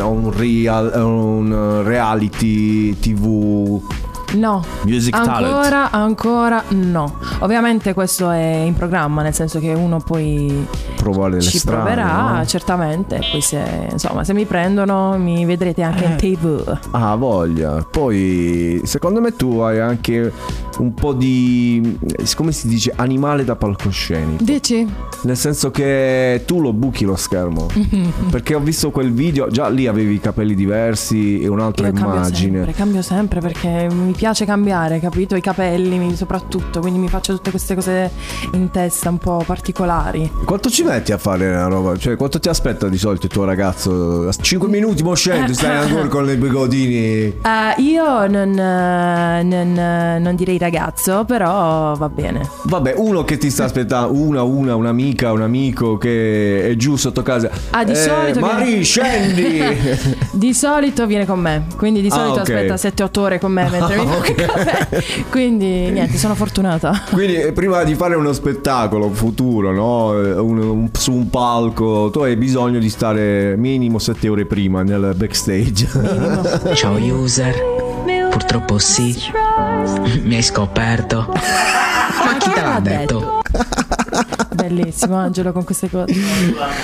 Speaker 7: a un, real- a un reality TV?
Speaker 6: eh. No.
Speaker 7: Music
Speaker 6: ancora, ancora no. Ovviamente questo è in programma, nel senso che uno poi
Speaker 7: Provare le
Speaker 6: ci
Speaker 7: strade,
Speaker 6: proverà,
Speaker 7: no?
Speaker 6: certamente. Poi se, insomma, se mi prendono mi vedrete anche
Speaker 7: Eh.
Speaker 6: in tv.
Speaker 7: Ah, voglia. Poi, secondo me tu hai anche un po' di, come si dice, animale da palcoscenico.
Speaker 6: Dici?
Speaker 7: Nel senso che tu lo buchi lo schermo. Perché ho visto quel video, già lì avevi i capelli diversi e un'altra
Speaker 6: Io cambio sempre,
Speaker 7: immagine.
Speaker 6: cambio sempre perché mi piace cambiare, capito? I capelli mi- soprattutto, quindi mi faccio tutte queste cose in testa un po' particolari.
Speaker 7: Quanto ci metti a fare una roba? Cioè, quanto ti aspetta di solito il tuo ragazzo? 5 minuti, mo scendi, stai ancora con le bigodini.
Speaker 6: Eh, io non, eh, non, eh, non direi ragazzo, però va bene.
Speaker 7: Vabbè, uno che ti sta aspettando, una, una, un'amica, un amico che è giù sotto casa.
Speaker 6: Ah, di
Speaker 7: Eh,
Speaker 6: solito viene-
Speaker 7: Mari, scendi!
Speaker 6: Di solito viene con me, quindi di
Speaker 7: Ah,
Speaker 6: solito
Speaker 7: ok.
Speaker 6: aspetta 7-8 ore con me mentre mi fa il caffè. Quindi niente, sono fortunata.
Speaker 7: Quindi eh, prima di fare uno spettacolo futuro, no? Eh, un- un- su un palco, tu hai bisogno di stare minimo 7 ore prima nel backstage.
Speaker 15: Ciao user, purtroppo sì, mi hai scoperto.
Speaker 6: Ma chi te l'ha
Speaker 15: detto?
Speaker 6: Bellissimo Angelo con queste cose.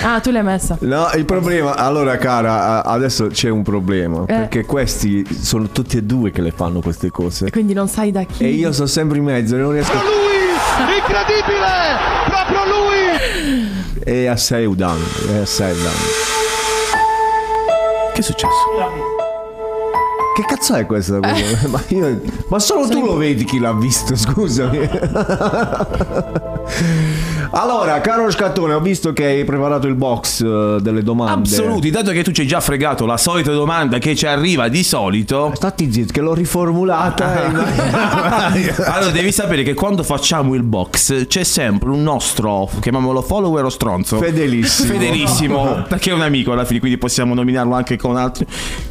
Speaker 6: Ah, tu l'hai messa.
Speaker 7: No, il problema, allora cara, a- adesso c'è un problema, perché questi sono tutti e due che le fanno queste cose.
Speaker 6: Quindi non sai da chi.
Speaker 7: E io sono sempre in mezzo, non riesco a...
Speaker 5: Lui, incredibile, proprio lui.
Speaker 7: È assai udano, è assai udano.
Speaker 1: Che è successo?
Speaker 7: Che cazzo è questa
Speaker 1: Eh.
Speaker 7: cosa? Ma, io- ma solo tu lo vedi chi l'ha visto, scusami. allora, caro Scattone, ho visto che hai preparato il box eh, delle domande.
Speaker 1: Assoluti, dato che tu ci hai già fregato la solita domanda che ci arriva di solito.
Speaker 7: Stati zitto, che l'ho riformulata.
Speaker 1: allora, devi sapere che quando facciamo il box c'è sempre un nostro, chiamiamolo follower o stronzo.
Speaker 7: Fedelissimo.
Speaker 1: Fedelissimo, perché è un amico alla fine, quindi possiamo nominarlo anche con altri.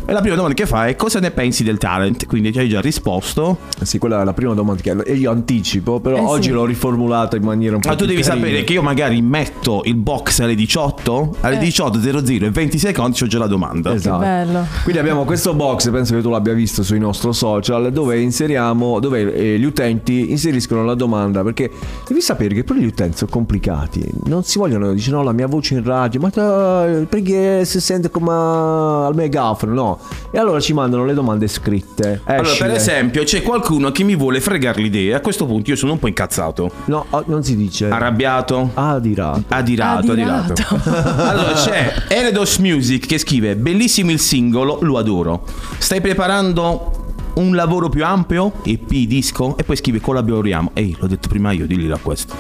Speaker 1: E la prima domanda che fa è cosa ne pensi del talent? Quindi ci hai già risposto.
Speaker 7: Sì, quella è la prima domanda che e io anticipo, però
Speaker 1: Eh, sì.
Speaker 7: oggi l'ho riformulata in maniera un po'
Speaker 1: Ma tu
Speaker 7: più
Speaker 1: devi
Speaker 7: carina.
Speaker 1: sapere che io magari metto il box alle 18, alle
Speaker 6: Eh.
Speaker 1: 18.00 e 20 secondi c'ho già la domanda.
Speaker 7: Esatto.
Speaker 6: Bello.
Speaker 7: Quindi abbiamo questo box, penso che tu l'abbia visto sui nostri social, dove inseriamo, dove eh, gli utenti inseriscono la domanda, perché devi sapere che pure gli utenti sono complicati, non si vogliono, dice no, la mia voce in radio, ma eh, perché si sente come eh, al megafono, no? E allora ci mandano le domande scritte.
Speaker 1: Allora, per
Speaker 7: Escile.
Speaker 1: esempio, c'è qualcuno che mi vuole fregare l'idea. A questo punto io sono un po' incazzato.
Speaker 7: No, oh, non si dice.
Speaker 1: Ah.
Speaker 7: Ah,
Speaker 1: Arrabbiato.
Speaker 7: Adirato.
Speaker 1: Adirato, adirato. allora c'è Eredos Music che scrive: Bellissimo il singolo, lo adoro. Stai preparando un lavoro più ampio? EP, disco? E poi scrive: Collaboriamo. Ehi, l'ho detto prima io, dilli a questo.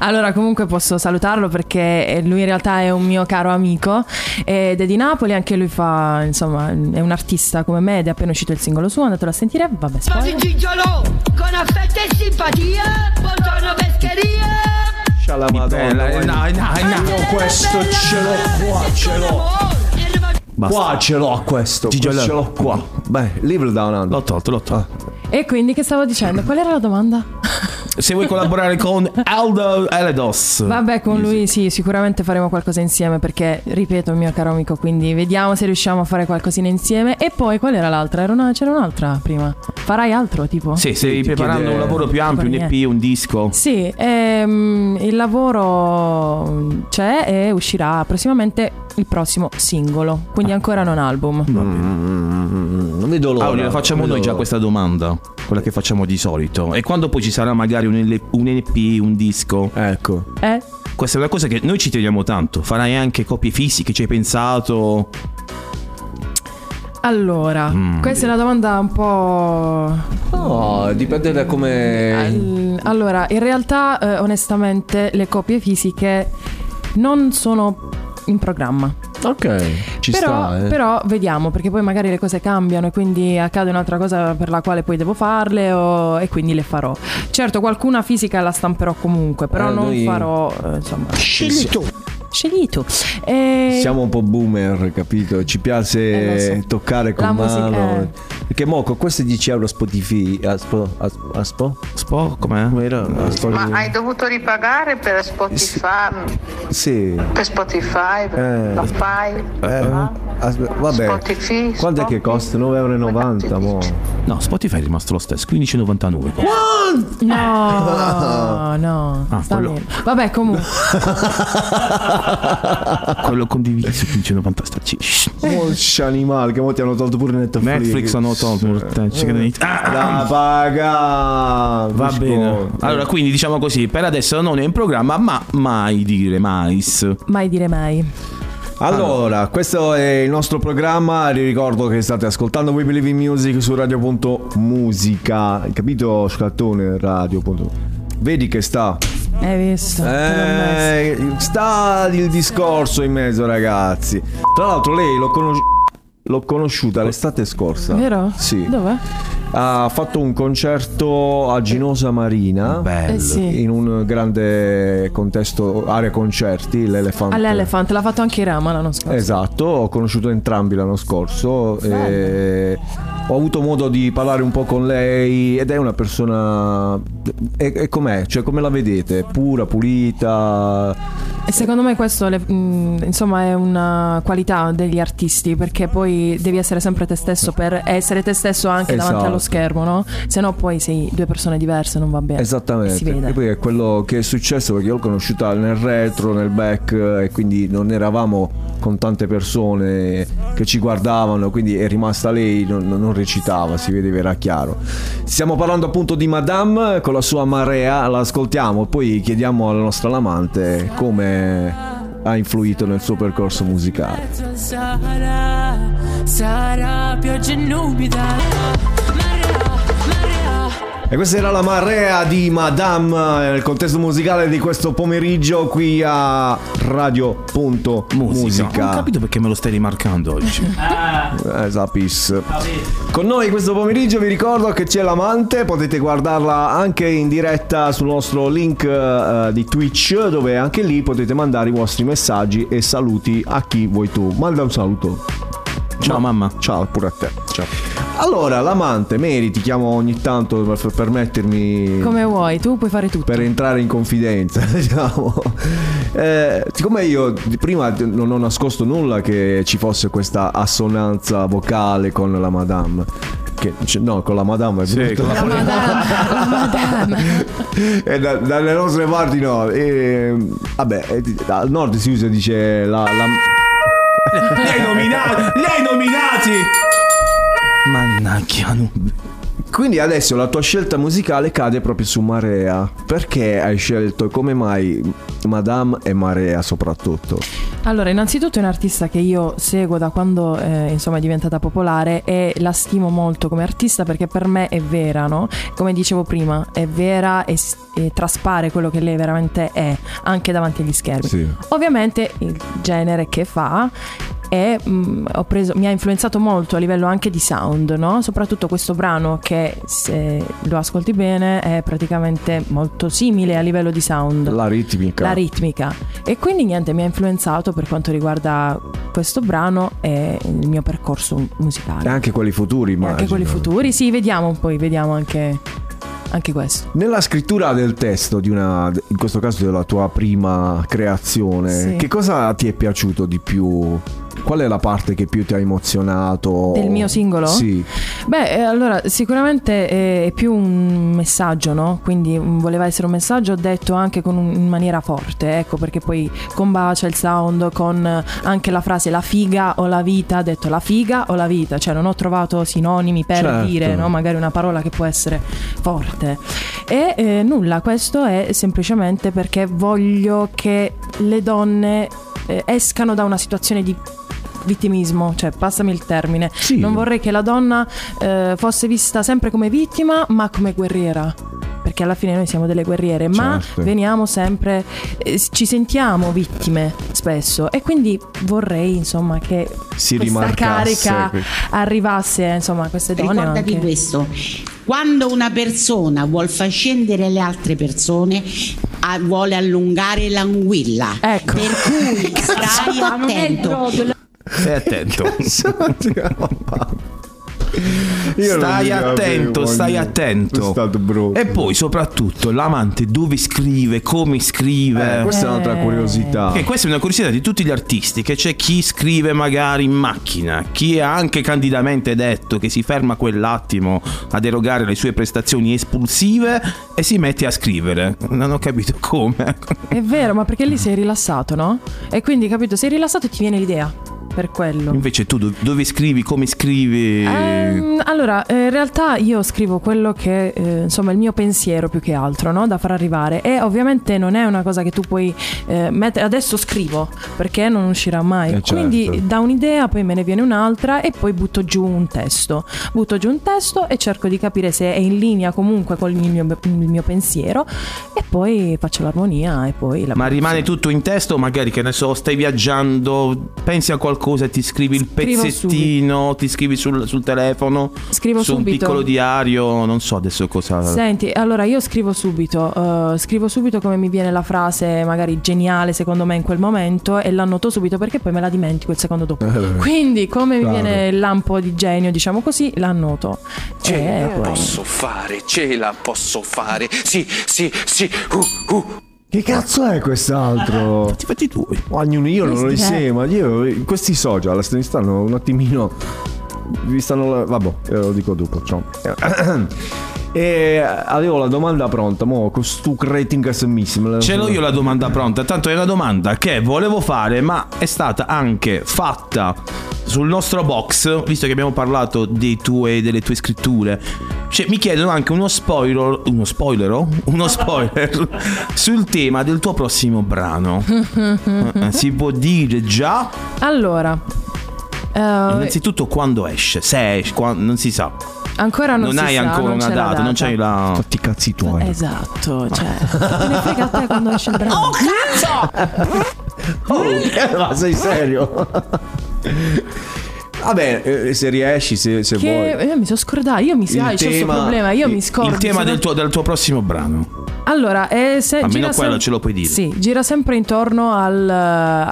Speaker 6: Allora, comunque posso salutarlo perché eh, lui in realtà è un mio caro amico ed è di Napoli, anche lui fa, insomma, è un artista come me ed è appena uscito il singolo suo, andatelo a sentire, vabbè, spoiler.
Speaker 5: Gigiolo, con affetto e simpatia, buongiorno pescheria.
Speaker 7: C'ha la madonna.
Speaker 1: Eh, no,
Speaker 7: guarda.
Speaker 1: no, no.
Speaker 7: Io questo ce l'ho qua, ce l'ho. Qua ce l'ho questo.
Speaker 1: Gigi
Speaker 7: questo ce l'ho
Speaker 1: Allen.
Speaker 7: qua. Beh, level down under. L'ho
Speaker 1: tolto, l'ho tolto.
Speaker 6: E quindi che stavo dicendo? Qual era la domanda?
Speaker 7: Eh.
Speaker 1: se vuoi collaborare con Aldo Eledos.
Speaker 6: Vabbè, con lui sì, sicuramente faremo qualcosa insieme perché, ripeto, mio caro amico, quindi vediamo se riusciamo a fare qualcosina insieme. E poi qual era l'altra? Era una- c'era un'altra prima. Farai altro tipo?
Speaker 1: Sì, stai
Speaker 6: Ti
Speaker 1: preparando
Speaker 6: chiede-
Speaker 1: un lavoro più ampio, un EP, un disco.
Speaker 6: Sì, ehm, il lavoro c'è e uscirà prossimamente il prossimo singolo, quindi ancora non album.
Speaker 1: Non vedo
Speaker 6: l'ora.
Speaker 1: la Ah, facciamo
Speaker 6: Non vedo
Speaker 1: noi già
Speaker 6: l'ora.
Speaker 1: questa domanda, quella che facciamo di solito. E quando poi ci sarà magari un, L- un LP, un disco?
Speaker 7: Ecco.
Speaker 6: Eh?
Speaker 1: Questa è una cosa che noi ci teniamo tanto. Farai anche copie fisiche, ci hai pensato?
Speaker 6: Allora,
Speaker 1: Mm.
Speaker 6: questa è una domanda un po'...
Speaker 7: Ah,
Speaker 16: No, dipende da come.
Speaker 6: Mm, Allora, in realtà, eh, onestamente, le copie fisiche non sono in programma.
Speaker 16: Ok, ci
Speaker 6: però,
Speaker 16: sta. eh.
Speaker 6: però vediamo, perché poi magari le cose cambiano e quindi accade un'altra cosa per la quale poi devo farle o- e quindi le farò. Certo, qualcuna fisica la stamperò comunque, però
Speaker 7: Eh,
Speaker 6: non
Speaker 7: noi-
Speaker 6: farò... eh, insomma...
Speaker 7: Scegli tu.
Speaker 6: Scegli tu. E-
Speaker 7: Siamo un po' boomer, capito? Ci piace
Speaker 6: Eh, lo so.
Speaker 7: toccare con
Speaker 6: La musica,
Speaker 7: mano.
Speaker 6: eh.
Speaker 7: Perché mo con queste 10 euro Spotify. A Spo? A, a Spo?
Speaker 1: Spo? Com'è?
Speaker 7: Com'era? A Spo-
Speaker 17: Ma hai dovuto ripagare per Spotify?
Speaker 7: Sì.
Speaker 17: Per Spotify?
Speaker 7: Eh.
Speaker 17: La fai? Ah.
Speaker 7: Eh, aspe- vabbè.
Speaker 17: Spotify,
Speaker 7: Quanto è che costa? 9,90 euro. Mo.
Speaker 1: No, Spotify è rimasto lo stesso, 15,99.
Speaker 6: No, no.
Speaker 1: Ah,
Speaker 6: sta
Speaker 1: quello-
Speaker 6: bene. Vabbè, comunque...
Speaker 1: Ah, Quello condiviso 15,90 sta c- shh.
Speaker 7: Moscia animale, che mo ti hanno tolto pure Netflix.
Speaker 1: Netflix hanno tolto, mortacci, che ne dite? Ah!
Speaker 7: La paga.
Speaker 1: Va bene. Allora, quindi diciamo così, per adesso non è in programma, ma mai dire mai.
Speaker 6: Mai dire mai.
Speaker 7: Allora, questo è il nostro programma. Vi ricordo che state ascoltando We Believe in Music su radio.musica. Hai capito, scattone? Radio. Vedi che sta.
Speaker 6: Hai visto? Te l'ho messo.
Speaker 7: Eh, sta il discorso in mezzo, ragazzi. Tra l'altro, lei l'ho, conos- l'ho conosciuta l'estate scorsa.
Speaker 6: Vero?
Speaker 7: Sì.
Speaker 6: Dov'è?
Speaker 7: Ha fatto un concerto a Ginosa Marina
Speaker 6: Eh sì.
Speaker 7: in un grande contesto, area concerti, l'Elefante.
Speaker 6: All'elefante, l'ha fatto anche Rama l'anno scorso.
Speaker 7: Esatto, ho conosciuto entrambi l'anno scorso. e ho avuto modo di parlare un po' con lei ed è una persona. E, e com'è? Cioè, come la vedete? Pura, pulita.
Speaker 6: E secondo me questo le- mh, insomma è una qualità degli artisti perché poi devi essere sempre te stesso per essere te stesso anche davanti
Speaker 7: Esatto.
Speaker 6: allo schermo, no? Se no poi sei due persone diverse, non va bene.
Speaker 7: Esattamente.
Speaker 6: Si vede.
Speaker 7: E poi è quello che è successo perché io l'ho conosciuta nel retro, nel back eh, e quindi non eravamo con tante persone che ci guardavano, quindi è rimasta lei, non, non recitava, si vedeva, era chiaro. Stiamo parlando appunto di Madame eh, con la sua marea, la ascoltiamo e poi chiediamo alla nostra amante come ha influito nel suo percorso musicale.
Speaker 9: Mezzo al Sahara sarà pioggia e nubida. Marea, marea.
Speaker 7: E questa era la marea di Madame eh, nel contesto musicale di questo pomeriggio qui a
Speaker 1: Musica. Non ho
Speaker 7: radio.musica.
Speaker 1: capito perché me lo stai rimarcando oggi.
Speaker 7: Eh, Zapis. Con noi questo pomeriggio vi ricordo che c'è l'amante, potete guardarla anche in diretta sul nostro link eh, di Twitch dove anche lì potete mandare i vostri messaggi e saluti a chi vuoi tu. Manda un saluto.
Speaker 1: Ciao mamma.
Speaker 7: Ciao pure a te. Ciao. Allora, l'amante, Mary, ti chiamo ogni tanto per per permettermi
Speaker 6: Come vuoi, tu puoi fare tutto.
Speaker 7: per entrare in confidenza, diciamo. Eh, siccome io di- prima d- non ho nascosto nulla che ci fosse questa assonanza vocale con la Madame. Che, cioè, no, con la Madame è brutto.
Speaker 6: La madame, la madame.
Speaker 7: E Eh, da- dalle nostre parti no. E, vabbè, e di- al nord si usa dice la. la...
Speaker 1: Lei nominati! Lei nominati! Mannaggia, no.
Speaker 7: Quindi adesso la tua scelta musicale cade proprio su Marea. Perché hai scelto come mai Madame e Marea soprattutto?
Speaker 6: Allora, innanzitutto è un artista che io seguo da quando eh, insomma è diventata popolare e la stimo molto come artista perché per me è vera, no? Come dicevo prima, è vera e, s- e traspare quello che lei veramente è, anche davanti agli schermi.
Speaker 5: Sì.
Speaker 6: Ovviamente il genere che fa è, mh, ho preso- mi ha influenzato molto a livello anche di sound, no? soprattutto questo brano che se lo ascolti bene è praticamente molto simile a livello di sound.
Speaker 7: La ritmica.
Speaker 6: La ritmica. E quindi niente, mi ha influenzato per quanto riguarda questo brano e il mio percorso musicale.
Speaker 7: E anche quelli futuri, immagino.
Speaker 6: Anche quelli futuri, sì, vediamo poi, vediamo anche Anche questo.
Speaker 7: Nella scrittura del testo, di una, in questo caso della tua prima creazione,
Speaker 6: Sì.
Speaker 7: che cosa ti è piaciuto di più? Qual è la parte che più ti ha emozionato?
Speaker 6: Del mio singolo?
Speaker 7: Sì.
Speaker 6: Beh, eh, allora, sicuramente eh, è più un messaggio, no? Quindi mm, voleva essere un messaggio detto anche con un- in maniera forte, ecco, perché poi combacia il sound con eh, anche la frase la figa o la vita, ha detto la figa o la vita, cioè non ho trovato sinonimi per
Speaker 3: Certo.
Speaker 6: dire, no? Magari una parola che può essere forte. E eh, nulla, questo è semplicemente perché voglio che le donne eh, escano da una situazione di vittimismo, cioè passami il termine. Non vorrei che la donna eh, fosse vista sempre come vittima, ma come guerriera. Perché alla fine noi siamo delle guerriere, ma
Speaker 3: Certo.
Speaker 6: veniamo sempre, eh, ci sentiamo vittime spesso. E quindi vorrei, insomma, che
Speaker 7: Si
Speaker 6: questa
Speaker 7: rimarcasse
Speaker 6: carica
Speaker 7: qui.
Speaker 6: arrivasse, eh, insomma, a queste donne.
Speaker 18: Ricordati
Speaker 6: anche.
Speaker 18: questo. Quando una persona vuol far scendere le altre persone, ah, vuole allungare l'anguilla.
Speaker 6: Ecco.
Speaker 18: Per cui stai attento.
Speaker 1: Stai attento. stai
Speaker 5: non mi
Speaker 1: attento,
Speaker 5: avevo
Speaker 1: stai
Speaker 5: niente.
Speaker 1: attento. E
Speaker 7: Eh,
Speaker 1: poi soprattutto l'amante dove scrive, come scrive.
Speaker 7: Eh, questa è un'altra Eh. curiosità.
Speaker 1: Che questa è una curiosità di tutti gli artisti, che c'è chi scrive magari in macchina, chi ha anche candidamente detto che si ferma quell'attimo ad erogare le sue prestazioni espulsive e si mette a scrivere. Non ho capito come.
Speaker 6: È vero, ma perché lì sei rilassato, no? E quindi, capito, sei rilassato e ti viene l'idea per quello.
Speaker 1: Invece tu do- dove scrivi, come scrivi?
Speaker 6: Ehm, allora, eh, in realtà io scrivo quello che, eh, insomma, il mio pensiero più che altro, no? Da far arrivare. E ovviamente non è una cosa che tu puoi eh, mettere. Adesso scrivo, perché non uscirà mai.
Speaker 3: Eh, certo.
Speaker 6: Quindi da un'idea poi me ne viene un'altra e poi butto giù un testo. Butto giù un testo e cerco di capire se è in linea comunque con il mio, il mio pensiero. E poi faccio l'armonia e poi la
Speaker 1: Ma rimane tutto in testo, magari che ne so, stai viaggiando, pensi a qualcosa e ti scrivi il
Speaker 6: Scrivo
Speaker 1: pezzettino, ti scrivi sul, sul telefono,
Speaker 6: Scrivo
Speaker 1: su un
Speaker 6: subito.
Speaker 1: piccolo diario, non so adesso cosa.
Speaker 6: Senti, allora io scrivo subito, eh, scrivo subito come mi viene la frase magari geniale secondo me in quel momento e la noto subito perché poi me la dimentico il secondo
Speaker 1: Eh,
Speaker 6: dopo. Quindi come mi
Speaker 19: Claro.
Speaker 6: viene il lampo di genio, diciamo così, la noto.
Speaker 19: Ce
Speaker 1: Cioè,
Speaker 6: Eh,
Speaker 19: la
Speaker 6: poi-
Speaker 19: posso fare, ce la posso fare. Sì, sì, sì. Uh, uh.
Speaker 7: Che cazzo è quest'altro? Ti
Speaker 1: fatti tu.
Speaker 7: Ognuno io non
Speaker 19: Questi,
Speaker 7: lo
Speaker 19: eh.
Speaker 7: insieme, io, questi social mi stanno un attimino. Vi stanno. la- Vabbè, eh, lo dico dopo. ciao. E avevo la domanda pronta, mo con stu cretin che se missi, me la-
Speaker 1: Ce l'ho io la domanda pronta, tanto è una domanda che volevo fare, ma è stata anche fatta sul nostro box, visto che abbiamo parlato dei tuoi- delle tue scritture. Cioè, mi chiedono anche uno spoiler, uno spoiler, oh? uno spoiler sul tema del tuo prossimo brano. Eh, Si può dire già?
Speaker 6: allora, eh,
Speaker 1: Innanzitutto quando esce, se esce, qua- non si sa.
Speaker 6: ancora non, si
Speaker 1: hai
Speaker 6: sa,
Speaker 1: ancora
Speaker 6: non
Speaker 1: una
Speaker 6: c'è la
Speaker 1: data, non c'hai la.
Speaker 7: Fatti cazzi tuoi.
Speaker 6: Esatto, cioè, te ne frega a te quando esce il brano.
Speaker 1: Ah,
Speaker 6: Oh
Speaker 7: Eh, Ma sei serio? Vabbè, eh, se riesci, se, se
Speaker 6: Che
Speaker 7: vuoi.
Speaker 6: eh, mi sono scordata, io mi sa, c'è questo problema, io mi scordo.
Speaker 1: Il tema
Speaker 6: sono-
Speaker 1: del tuo, del tuo prossimo brano.
Speaker 6: Allora, eh, se
Speaker 1: Almeno
Speaker 6: gira
Speaker 1: quello ce lo puoi dire.
Speaker 6: Sì, gira sempre intorno al, eh,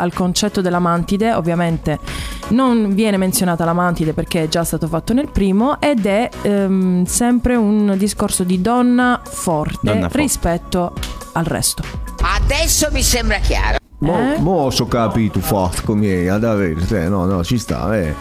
Speaker 6: al concetto della mantide, ovviamente non viene menzionata la mantide perché è già stato fatto nel primo ed è ehm, sempre un discorso di donna forte
Speaker 7: Donna forte.
Speaker 6: rispetto al resto. Eh?
Speaker 14: Adesso mi sembra chiaro.
Speaker 7: Mo, mo so capito fatto miei, ad avere, cioè, no, no, ci sta. eh.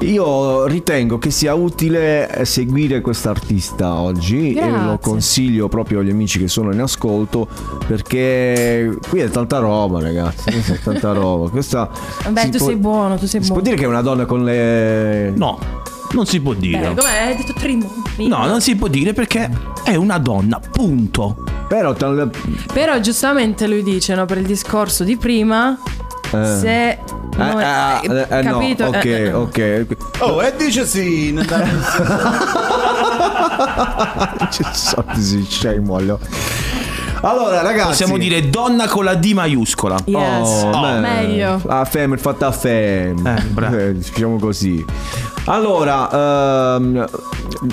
Speaker 7: Io ritengo che sia utile eh, seguire quest'artista oggi e
Speaker 5: Grazie.
Speaker 7: lo consiglio proprio agli amici che sono in ascolto perché qui è tanta roba, ragazzi. questa È tanta roba. Questa
Speaker 6: Beh,
Speaker 7: si
Speaker 6: tu
Speaker 7: può-
Speaker 6: sei buono, tu sei
Speaker 7: Si può
Speaker 6: buono.
Speaker 7: dire che è una donna con le.
Speaker 1: No, non si può dire.
Speaker 6: Beh, com'è? Hai detto trimo.
Speaker 1: No, non si può dire perché è una donna, punto.
Speaker 7: Però tal-
Speaker 6: Però giustamente lui dice, no, per il discorso di prima,
Speaker 7: eh.
Speaker 6: se...
Speaker 7: Eh,
Speaker 6: noi-
Speaker 7: eh, eh, eh, no,
Speaker 6: capito?
Speaker 7: ok,
Speaker 6: Eh, eh.
Speaker 7: ok.
Speaker 20: Oh, e dice sì. non dà-
Speaker 7: Ci so, si scemo, allora. Allora, ragazzi,
Speaker 1: Possiamo dire donna con la D maiuscola.
Speaker 7: Oh, beh.
Speaker 1: meglio.
Speaker 7: A fem, fatta a fem. Eh, diciamo Eh, così. Allora, ehm,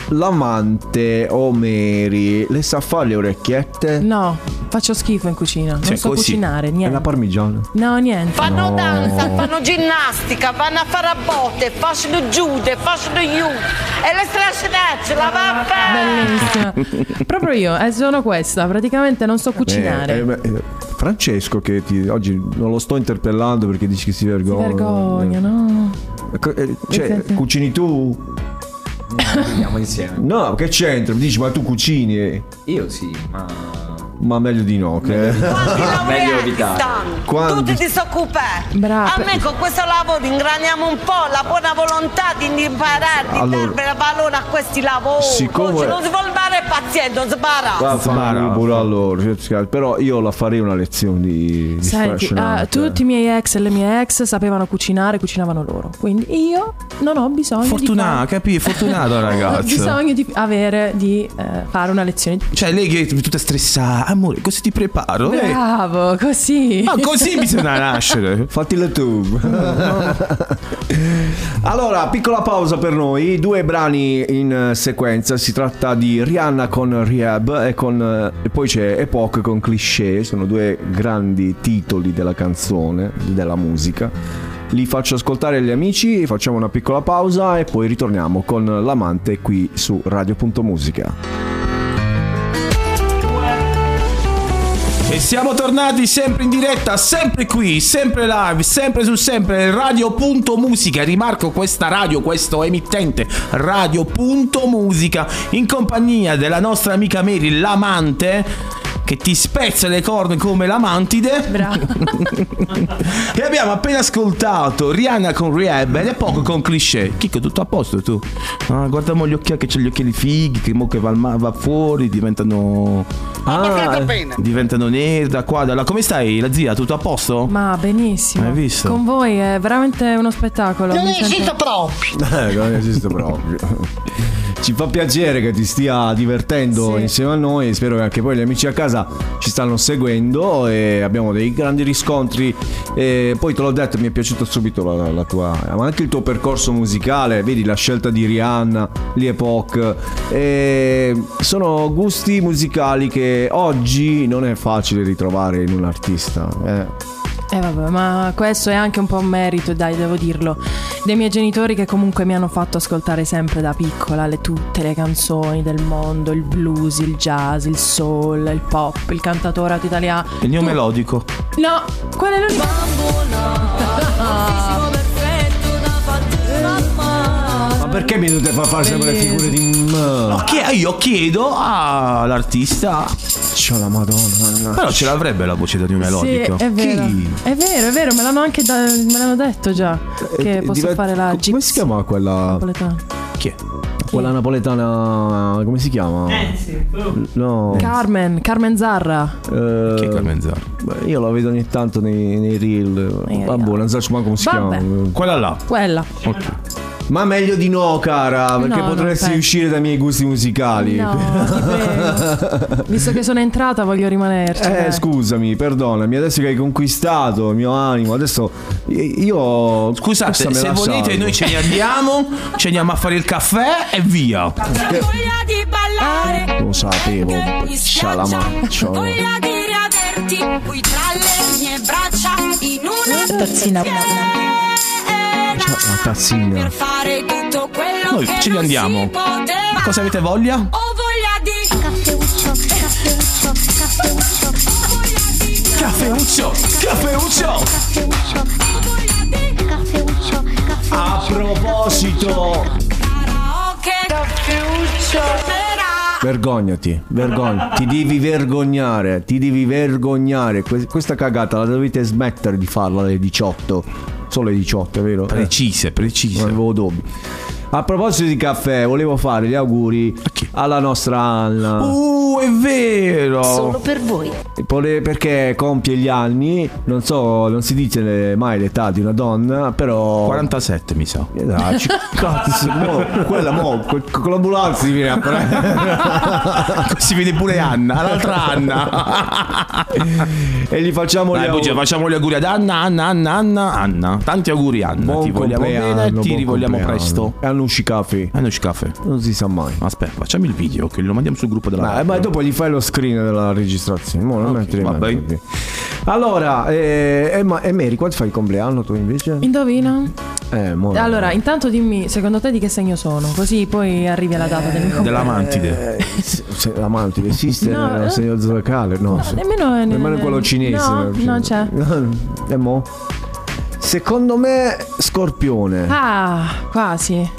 Speaker 7: l'amante o Mary le sa fare le orecchiette?
Speaker 6: No, faccio schifo in cucina. non so cucinare,
Speaker 7: È
Speaker 6: niente.
Speaker 7: la parmigiana.
Speaker 1: Eh.
Speaker 6: No, niente.
Speaker 7: Fanno No. danza,
Speaker 3: Fanno ginnastica, vanno a fare a botte, fanno giude, fanno you e le strascinacce, la vabbè!
Speaker 6: Bellissima. Proprio io, eh, sono questa. Praticamente non so cucinare.
Speaker 7: Eh, eh, beh, eh, Francesco, che ti- oggi non lo sto interpellando perché dici che si
Speaker 1: oh,
Speaker 7: vergogna.
Speaker 6: Vergogna, no?
Speaker 7: Co- eh, Cioè,
Speaker 6: Esatto.
Speaker 7: cucini tu?
Speaker 21: Andiamo insieme.
Speaker 7: No, che c'entra? Dici, ma tu cucini? eh?
Speaker 21: Io sì, ma.
Speaker 7: Ma meglio di no. Che...
Speaker 21: Meglio evitare.
Speaker 3: Stanno,
Speaker 7: Quando-
Speaker 3: Tutti disoccupati.
Speaker 6: Brava.
Speaker 3: A me con questo lavoro ingraniamo un po' la buona volontà di imparare, di
Speaker 7: Allora-
Speaker 3: dare valore a questi lavori.
Speaker 7: Siccome-
Speaker 3: Oggi non svolgare pazienza, non sbarasso.
Speaker 7: Vaffanculo pure a loro, cioè, scal- però io la farei una lezione di, di
Speaker 6: Senti,
Speaker 7: sfascinante.
Speaker 6: eh, tutti i miei ex e le mie ex sapevano cucinare, cucinavano loro. Quindi io non ho bisogno
Speaker 1: Fortunata,
Speaker 6: di. fare-
Speaker 1: capì? Fortunata,
Speaker 6: Ho
Speaker 1: ragazzo.
Speaker 6: bisogno di avere di eh, fare una lezione di.
Speaker 1: Cioè, lei che è tutta stressata, amore, cosa ti preparo? eh. Lei-
Speaker 6: Bravo, così.
Speaker 1: Ma così bisogna nascere.
Speaker 7: Fatti le tu. Allora, piccola pausa per noi, due brani in eh, sequenza, si tratta di Rihanna con Rehab e, con, eh, e poi c'è Epoch con Cliché, sono due grandi titoli della canzone, della musica. Li faccio ascoltare agli amici, facciamo una piccola pausa e poi ritorniamo con l'amante qui su Radio.musica.
Speaker 1: E siamo tornati sempre in diretta, sempre qui, sempre live, sempre su sempre radio.musica. Rimarco questa radio, questo emittente radio.musica in compagnia della nostra amica Mary, l'amante che ti spezza le corna come la mantide. e abbiamo appena ascoltato Rihanna con Rehab ed è poco con cliché. Chicco, tutto a posto tu. Ah, guardiamo gli occhiali che c'è gli occhiali fighi, che mo che va, al ma- va fuori, diventano. Ah,
Speaker 6: credo bene.
Speaker 1: diventano neri da qua, da là. Come stai, la zia? Tutto a posto?
Speaker 6: Ma benissimo.
Speaker 1: Hai visto?
Speaker 6: Con voi è veramente uno spettacolo. mi sento-
Speaker 3: proprio.
Speaker 7: Eh, non esiste proprio. Ci fa piacere che ti stia divertendo insieme a noi. Spero che anche poi gli amici a casa ci stanno seguendo e abbiamo dei grandi riscontri. E poi te l'ho detto, mi è piaciuta subito la, la tua, ma anche il tuo percorso musicale. Vedi la scelta di Rihanna, l'Epoch. E sono gusti musicali che oggi non è facile ritrovare in un artista. eh.
Speaker 6: Eh vabbè, ma questo è anche un po' un merito, dai, devo dirlo, dei miei genitori che comunque mi hanno fatto ascoltare sempre da piccola le- tutte le canzoni del mondo, il blues, il jazz, il soul, il pop, il cantautorato italiano.
Speaker 1: Il mio melodico.
Speaker 6: No, quello è l'unico.
Speaker 7: Ma perché mi dovete far fare sempre le figure di.
Speaker 1: Ma che- ah, io chiedo all'artista.
Speaker 7: C'ho la madonna.
Speaker 1: Però ce l'avrebbe la voce di un melodico.
Speaker 6: Sì, è vero.
Speaker 1: Chi?
Speaker 6: È vero, è vero, me l'hanno anche da- me l'hanno detto già che
Speaker 7: Eh,
Speaker 6: posso
Speaker 7: diventa-
Speaker 6: fare la
Speaker 7: co- Come si chiama quella.
Speaker 6: napoletana.
Speaker 1: Chi è?
Speaker 7: Quella napoletana. Come si chiama? No.
Speaker 6: Carmen, Carmen Zarra.
Speaker 7: Eh,
Speaker 1: Chi è Carmen Zara?
Speaker 7: beh, Io la vedo ogni tanto nei, nei reel. Vabbè, non so manco come si
Speaker 6: Vabbè.
Speaker 7: chiama.
Speaker 1: Quella là.
Speaker 6: Quella.
Speaker 7: Ma meglio di no, cara, perché
Speaker 6: No, non
Speaker 7: potresti
Speaker 6: penso.
Speaker 7: uscire dai miei gusti musicali.
Speaker 6: No, ti prego. Visto che sono entrata voglio rimanerci.
Speaker 7: Eh,
Speaker 6: dai.
Speaker 7: scusami, perdonami, adesso che hai conquistato il mio animo, adesso io.
Speaker 1: Scusate, se volete, noi ce ne andiamo, ce ne andiamo a fare il caffè e via.
Speaker 9: Voglia di ballare,
Speaker 1: Ah,
Speaker 7: Lo sapevo. Scialamaccio.
Speaker 9: voglia di riaverti qui tra le mie braccia in una
Speaker 6: tazzina.
Speaker 7: C'ha la tazzina.
Speaker 9: Fare tutto quello
Speaker 1: Noi
Speaker 9: che
Speaker 1: ce ne
Speaker 9: non si
Speaker 1: andiamo.
Speaker 9: poteva.
Speaker 1: Cosa avete voglia?
Speaker 9: Ho voglia di caffeuccio, caffeuccio, caffeuccio.
Speaker 1: Caffeuccio! Caffeuccio!
Speaker 7: A proposito.
Speaker 9: Karaoke, caffeuccio.
Speaker 7: Vergognati, vergogna, ti devi vergognare, ti devi vergognare. Que- Questa cagata la dovete smettere di farla alle 18. Solo alle 18, è vero? Eh,
Speaker 1: Precise, precise.
Speaker 7: Non avevo dubbi. A proposito di caffè, volevo fare gli auguri alla nostra Anna.
Speaker 1: Uh,
Speaker 2: Uh, è vero.
Speaker 3: Solo per voi.
Speaker 2: Pole- Perché compie gli anni, non so, non si dice le- mai l'età di una donna, però...
Speaker 1: 47 mi sa.
Speaker 7: eh,
Speaker 2: cazzo, mo, quella mo, co- co- con l'ambulanza si viene a prendere.
Speaker 1: Ah, si vede pure Anna, l'altra Anna.
Speaker 2: e gli facciamo gli
Speaker 1: Dai,
Speaker 2: auguri.
Speaker 1: Bugia, facciamo gli auguri ad Anna, Anna, Anna, Anna, Anna. Tanti auguri Anna,
Speaker 2: Buon
Speaker 1: ti vogliamo bene e
Speaker 2: compleanno,
Speaker 1: ti
Speaker 2: buon
Speaker 1: rivogliamo
Speaker 2: compleanno.
Speaker 1: presto.
Speaker 2: E annunci caffè.
Speaker 1: Annunci caffè.
Speaker 2: Non si sa mai. Eh,
Speaker 1: Aspetta, facciamo il video che lo mandiamo sul gruppo della
Speaker 2: Ma,
Speaker 1: radio.
Speaker 2: ma dopo gli fai lo screen della registrazione. Mo non mettere in
Speaker 1: Ah, va
Speaker 2: mezzo,
Speaker 1: bene.
Speaker 2: ok. Allora, eh, Emma- e Mary, quando fai il compleanno tu invece?
Speaker 6: Indovina?
Speaker 2: Eh, mo no.
Speaker 6: Allora, intanto dimmi, secondo te di che segno sono? Così poi arrivi alla data del mio compleanno.
Speaker 1: Dell'amantide.
Speaker 2: Eh, se- se- la mantide esiste
Speaker 6: No,
Speaker 2: nel
Speaker 6: eh.
Speaker 2: segno zodiacale? No, se-
Speaker 6: Nemmeno, ne-
Speaker 2: nemmeno quello cinese. cioè.
Speaker 6: No, non c'è.
Speaker 2: E mo? Secondo me scorpione.
Speaker 6: Ah, quasi.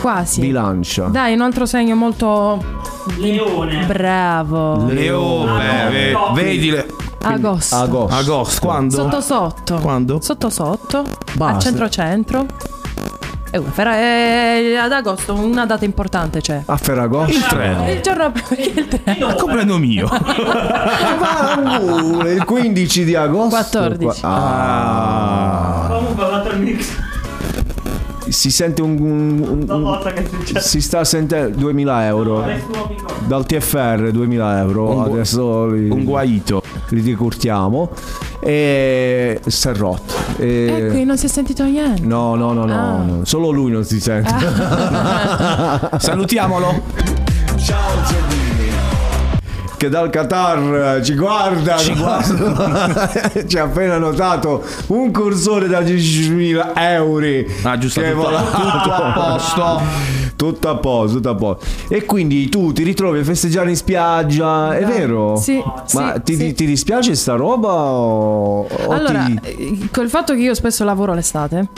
Speaker 6: Quasi.
Speaker 2: Bilancia.
Speaker 6: Dai, un altro segno molto. Leone. Bravo.
Speaker 1: Leone, ve- Eh, vedi le-
Speaker 6: Agosto.
Speaker 1: Agosto. Agosto, quando?
Speaker 6: Sotto sotto.
Speaker 1: Quando?
Speaker 6: Sotto sotto.
Speaker 1: Basta.
Speaker 6: Al centro centro. E uè, per- eh, ad agosto una data importante c'è.
Speaker 2: A Ferragosto.
Speaker 1: Il tre.
Speaker 6: Il giorno prima che il 3.
Speaker 1: Il compleanno mio.
Speaker 2: Ma pure, il 15 di agosto.
Speaker 6: 14.
Speaker 2: Ah.
Speaker 22: Comunque ho fatto il mix.
Speaker 2: Si sente un. un- un-
Speaker 22: Una volta che è successo.
Speaker 2: si sta sentendo 2000 euro. Dal TFR 2000 euro. Adesso li, un
Speaker 1: guaito.
Speaker 2: Li ricurtiamo. E. Serrotto. E-
Speaker 6: E Oh, qui non si è sentito niente.
Speaker 2: Eh. No, no, no, no,
Speaker 6: Ah.
Speaker 2: no. Solo lui non si sente.
Speaker 1: Salutiamolo.
Speaker 2: Ciao Giardini. Che dal Qatar eh, ci guarda. Ci guarda. ci ha appena notato un cursore da 10.000 euro.
Speaker 1: Ah, giusto.
Speaker 2: Che
Speaker 1: Tutto,
Speaker 2: volato.
Speaker 1: tutto a posto.
Speaker 2: Tutto a posto, tutto a posto. E quindi tu ti ritrovi a festeggiare in spiaggia, è vero?
Speaker 6: Esatto. Sì,
Speaker 2: Ma
Speaker 6: sì,
Speaker 2: ti,
Speaker 6: sì.
Speaker 2: ti dispiace sta roba o, o
Speaker 6: Allora,
Speaker 2: ti-
Speaker 6: eh, col fatto che io spesso lavoro l'estate,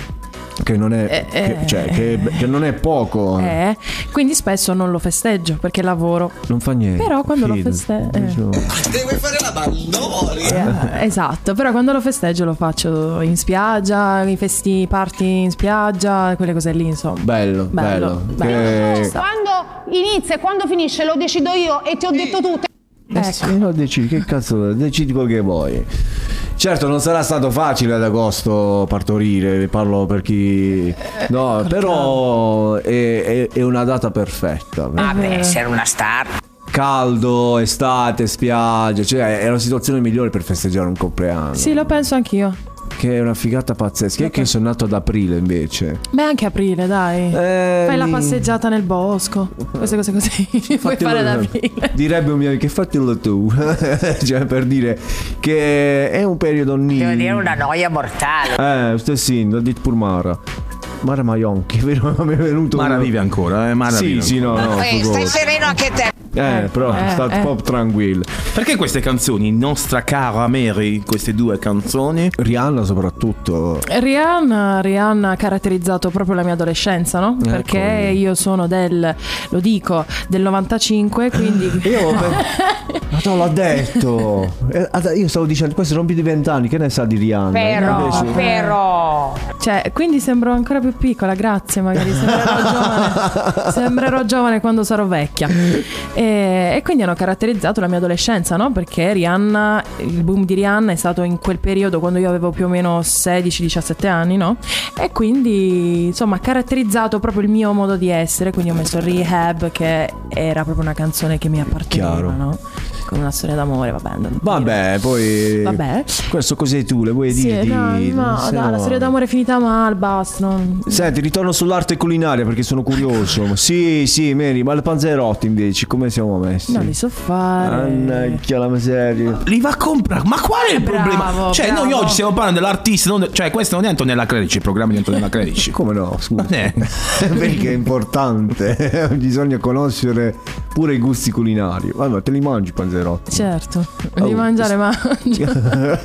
Speaker 2: che non è
Speaker 6: eh,
Speaker 2: che,
Speaker 6: eh.
Speaker 2: cioè, che- che non è poco.
Speaker 6: eh, quindi spesso non lo festeggio perché lavoro.
Speaker 2: Non fa niente.
Speaker 6: Però quando lo
Speaker 2: Fido.
Speaker 6: feste- eh.
Speaker 23: Devi fare la baldoria.
Speaker 6: Eh, esatto, però quando lo festeggio lo faccio in spiaggia, i festi party in spiaggia, quelle cose lì, insomma.
Speaker 2: Bello, bello.
Speaker 6: Bello, Eh,
Speaker 2: Che-
Speaker 6: bello.
Speaker 5: Quando inizia e quando finisce lo decido io e ti ho detto tu. te-
Speaker 2: Eh
Speaker 6: Ecco.
Speaker 2: sì, no, decidi, che cazzo, decidi quel che vuoi. Certo, non sarà stato facile ad agosto partorire, parlo per chi...
Speaker 6: Eh,
Speaker 2: No,
Speaker 6: ecco,
Speaker 2: però è, è- è una data perfetta.
Speaker 6: Ah.
Speaker 3: Ma per essere una star.
Speaker 2: Caldo, estate, spiaggia, cioè è la situazione migliore per festeggiare un compleanno.
Speaker 6: Sì, lo penso anch'io.
Speaker 2: Che è una figata pazzesca. Io che sono nato ad aprile invece. Ehm,
Speaker 6: Beh, anche aprile, dai.
Speaker 2: Eh,
Speaker 6: Fai la
Speaker 2: mi-
Speaker 6: passeggiata nel bosco, queste cose così. Puoi fare da aprile.
Speaker 2: Direbbe un mio amico, fatelo tu. cioè, per dire che è un periodo nì.
Speaker 3: Devo dire una noia mortale.
Speaker 2: Eh, stessino, ho detto pur Mara. Mara Maionchi, vero? Mi è venuto
Speaker 1: Mara
Speaker 2: un-
Speaker 1: vive ancora, eh? Mara
Speaker 2: Sì,
Speaker 1: vive
Speaker 2: sì, no,
Speaker 1: ancora.
Speaker 2: no.
Speaker 3: Eh,
Speaker 2: fu
Speaker 3: stai
Speaker 2: cosa.
Speaker 3: sereno anche te.
Speaker 2: Eh, però
Speaker 3: Eh,
Speaker 2: sta
Speaker 3: eh.
Speaker 2: un po' tranquillo.
Speaker 1: Perché queste canzoni, nostra cara Mary, queste due canzoni?
Speaker 2: Rihanna soprattutto.
Speaker 6: Rihanna, Rihanna ha caratterizzato proprio la mia adolescenza, no?
Speaker 2: Ecco.
Speaker 6: Perché io sono del, lo dico, del 95, quindi...
Speaker 2: io Ma te l'ha detto. Eh, ad- Io stavo dicendo, questo rompi di vent'anni, che ne sa di Rihanna?
Speaker 5: Però,
Speaker 2: Invece-
Speaker 5: però.
Speaker 6: Cioè, quindi sembrerò ancora più piccola, grazie magari, sembrerò giovane, sembrerò giovane quando sarò vecchia. E, e quindi hanno caratterizzato la mia adolescenza, no? Perché Rihanna, il boom di Rihanna è stato in quel periodo quando io avevo più o meno 16-17 anni, no? E quindi, insomma, ha caratterizzato proprio il mio modo di essere, quindi ho messo Rehab, che era proprio una canzone che mi apparteneva,
Speaker 2: Chiaro.
Speaker 6: no? Con una storia d'amore, vabbè. non-
Speaker 2: Vabbè, poi.
Speaker 6: Vabbè.
Speaker 2: Questo cos'è tu? Le vuoi dire?
Speaker 6: Sì, no, no,
Speaker 2: Se
Speaker 6: dai, la storia d'amore è finita male, basta. non-
Speaker 2: Senti, ritorno sull'arte culinaria perché sono curioso. sì, sì, Mary, ma le panzerotti invece, come siamo messi?
Speaker 6: Non li so fare.
Speaker 2: Annacchia la miseria.
Speaker 1: Li va a comprare, ma qual è il problema?
Speaker 6: Eh, Bravo,
Speaker 1: cioè,
Speaker 6: bravo.
Speaker 1: noi oggi stiamo parlando dell'artista, non de- cioè, questo non è Antonella Credici, il programma di Antonella Credici.
Speaker 2: Come no? Scusa.
Speaker 6: Eh,
Speaker 1: Non è.
Speaker 2: perché è importante. Bisogna conoscere pure i gusti culinari. Vabbè, te li mangi i panzerotti.
Speaker 6: Certo,
Speaker 2: Oh,
Speaker 6: di mangiare mangio.
Speaker 1: Cioè, non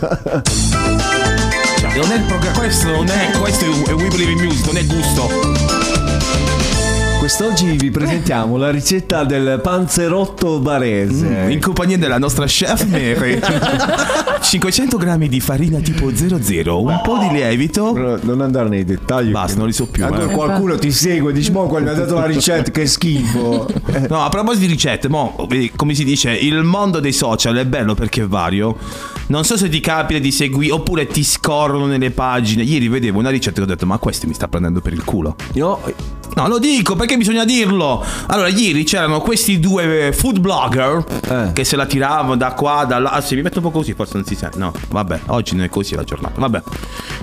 Speaker 1: è il programma, questo non è, questo è, è We Believe in Music, non è gusto.
Speaker 7: Quest'oggi vi presentiamo la ricetta del panzerotto barese.
Speaker 1: Eh. In compagnia della nostra chef Mary 500 grammi di farina tipo 00 Un po' di lievito
Speaker 7: Non andare nei dettagli
Speaker 1: Basta, non li so più
Speaker 7: Allora
Speaker 1: eh.
Speaker 7: qualcuno ti segue e dici: Mo, quello mi ha dato la ricetta, che schifo.
Speaker 1: No, a proposito di ricette, mo, vedi, come si dice, il mondo dei social è bello perché è vario. Non so se ti capita di seguire oppure ti scorrono nelle pagine. Ieri vedevo una ricetta e ho detto, ma questo mi sta prendendo per il culo.
Speaker 7: No,
Speaker 1: no lo dico perché bisogna dirlo. Allora, ieri c'erano questi due food blogger che se la tiravano da qua, da là. Ah, se mi metto un po' così, forse non si sente. No, vabbè, oggi non è così la giornata. Vabbè,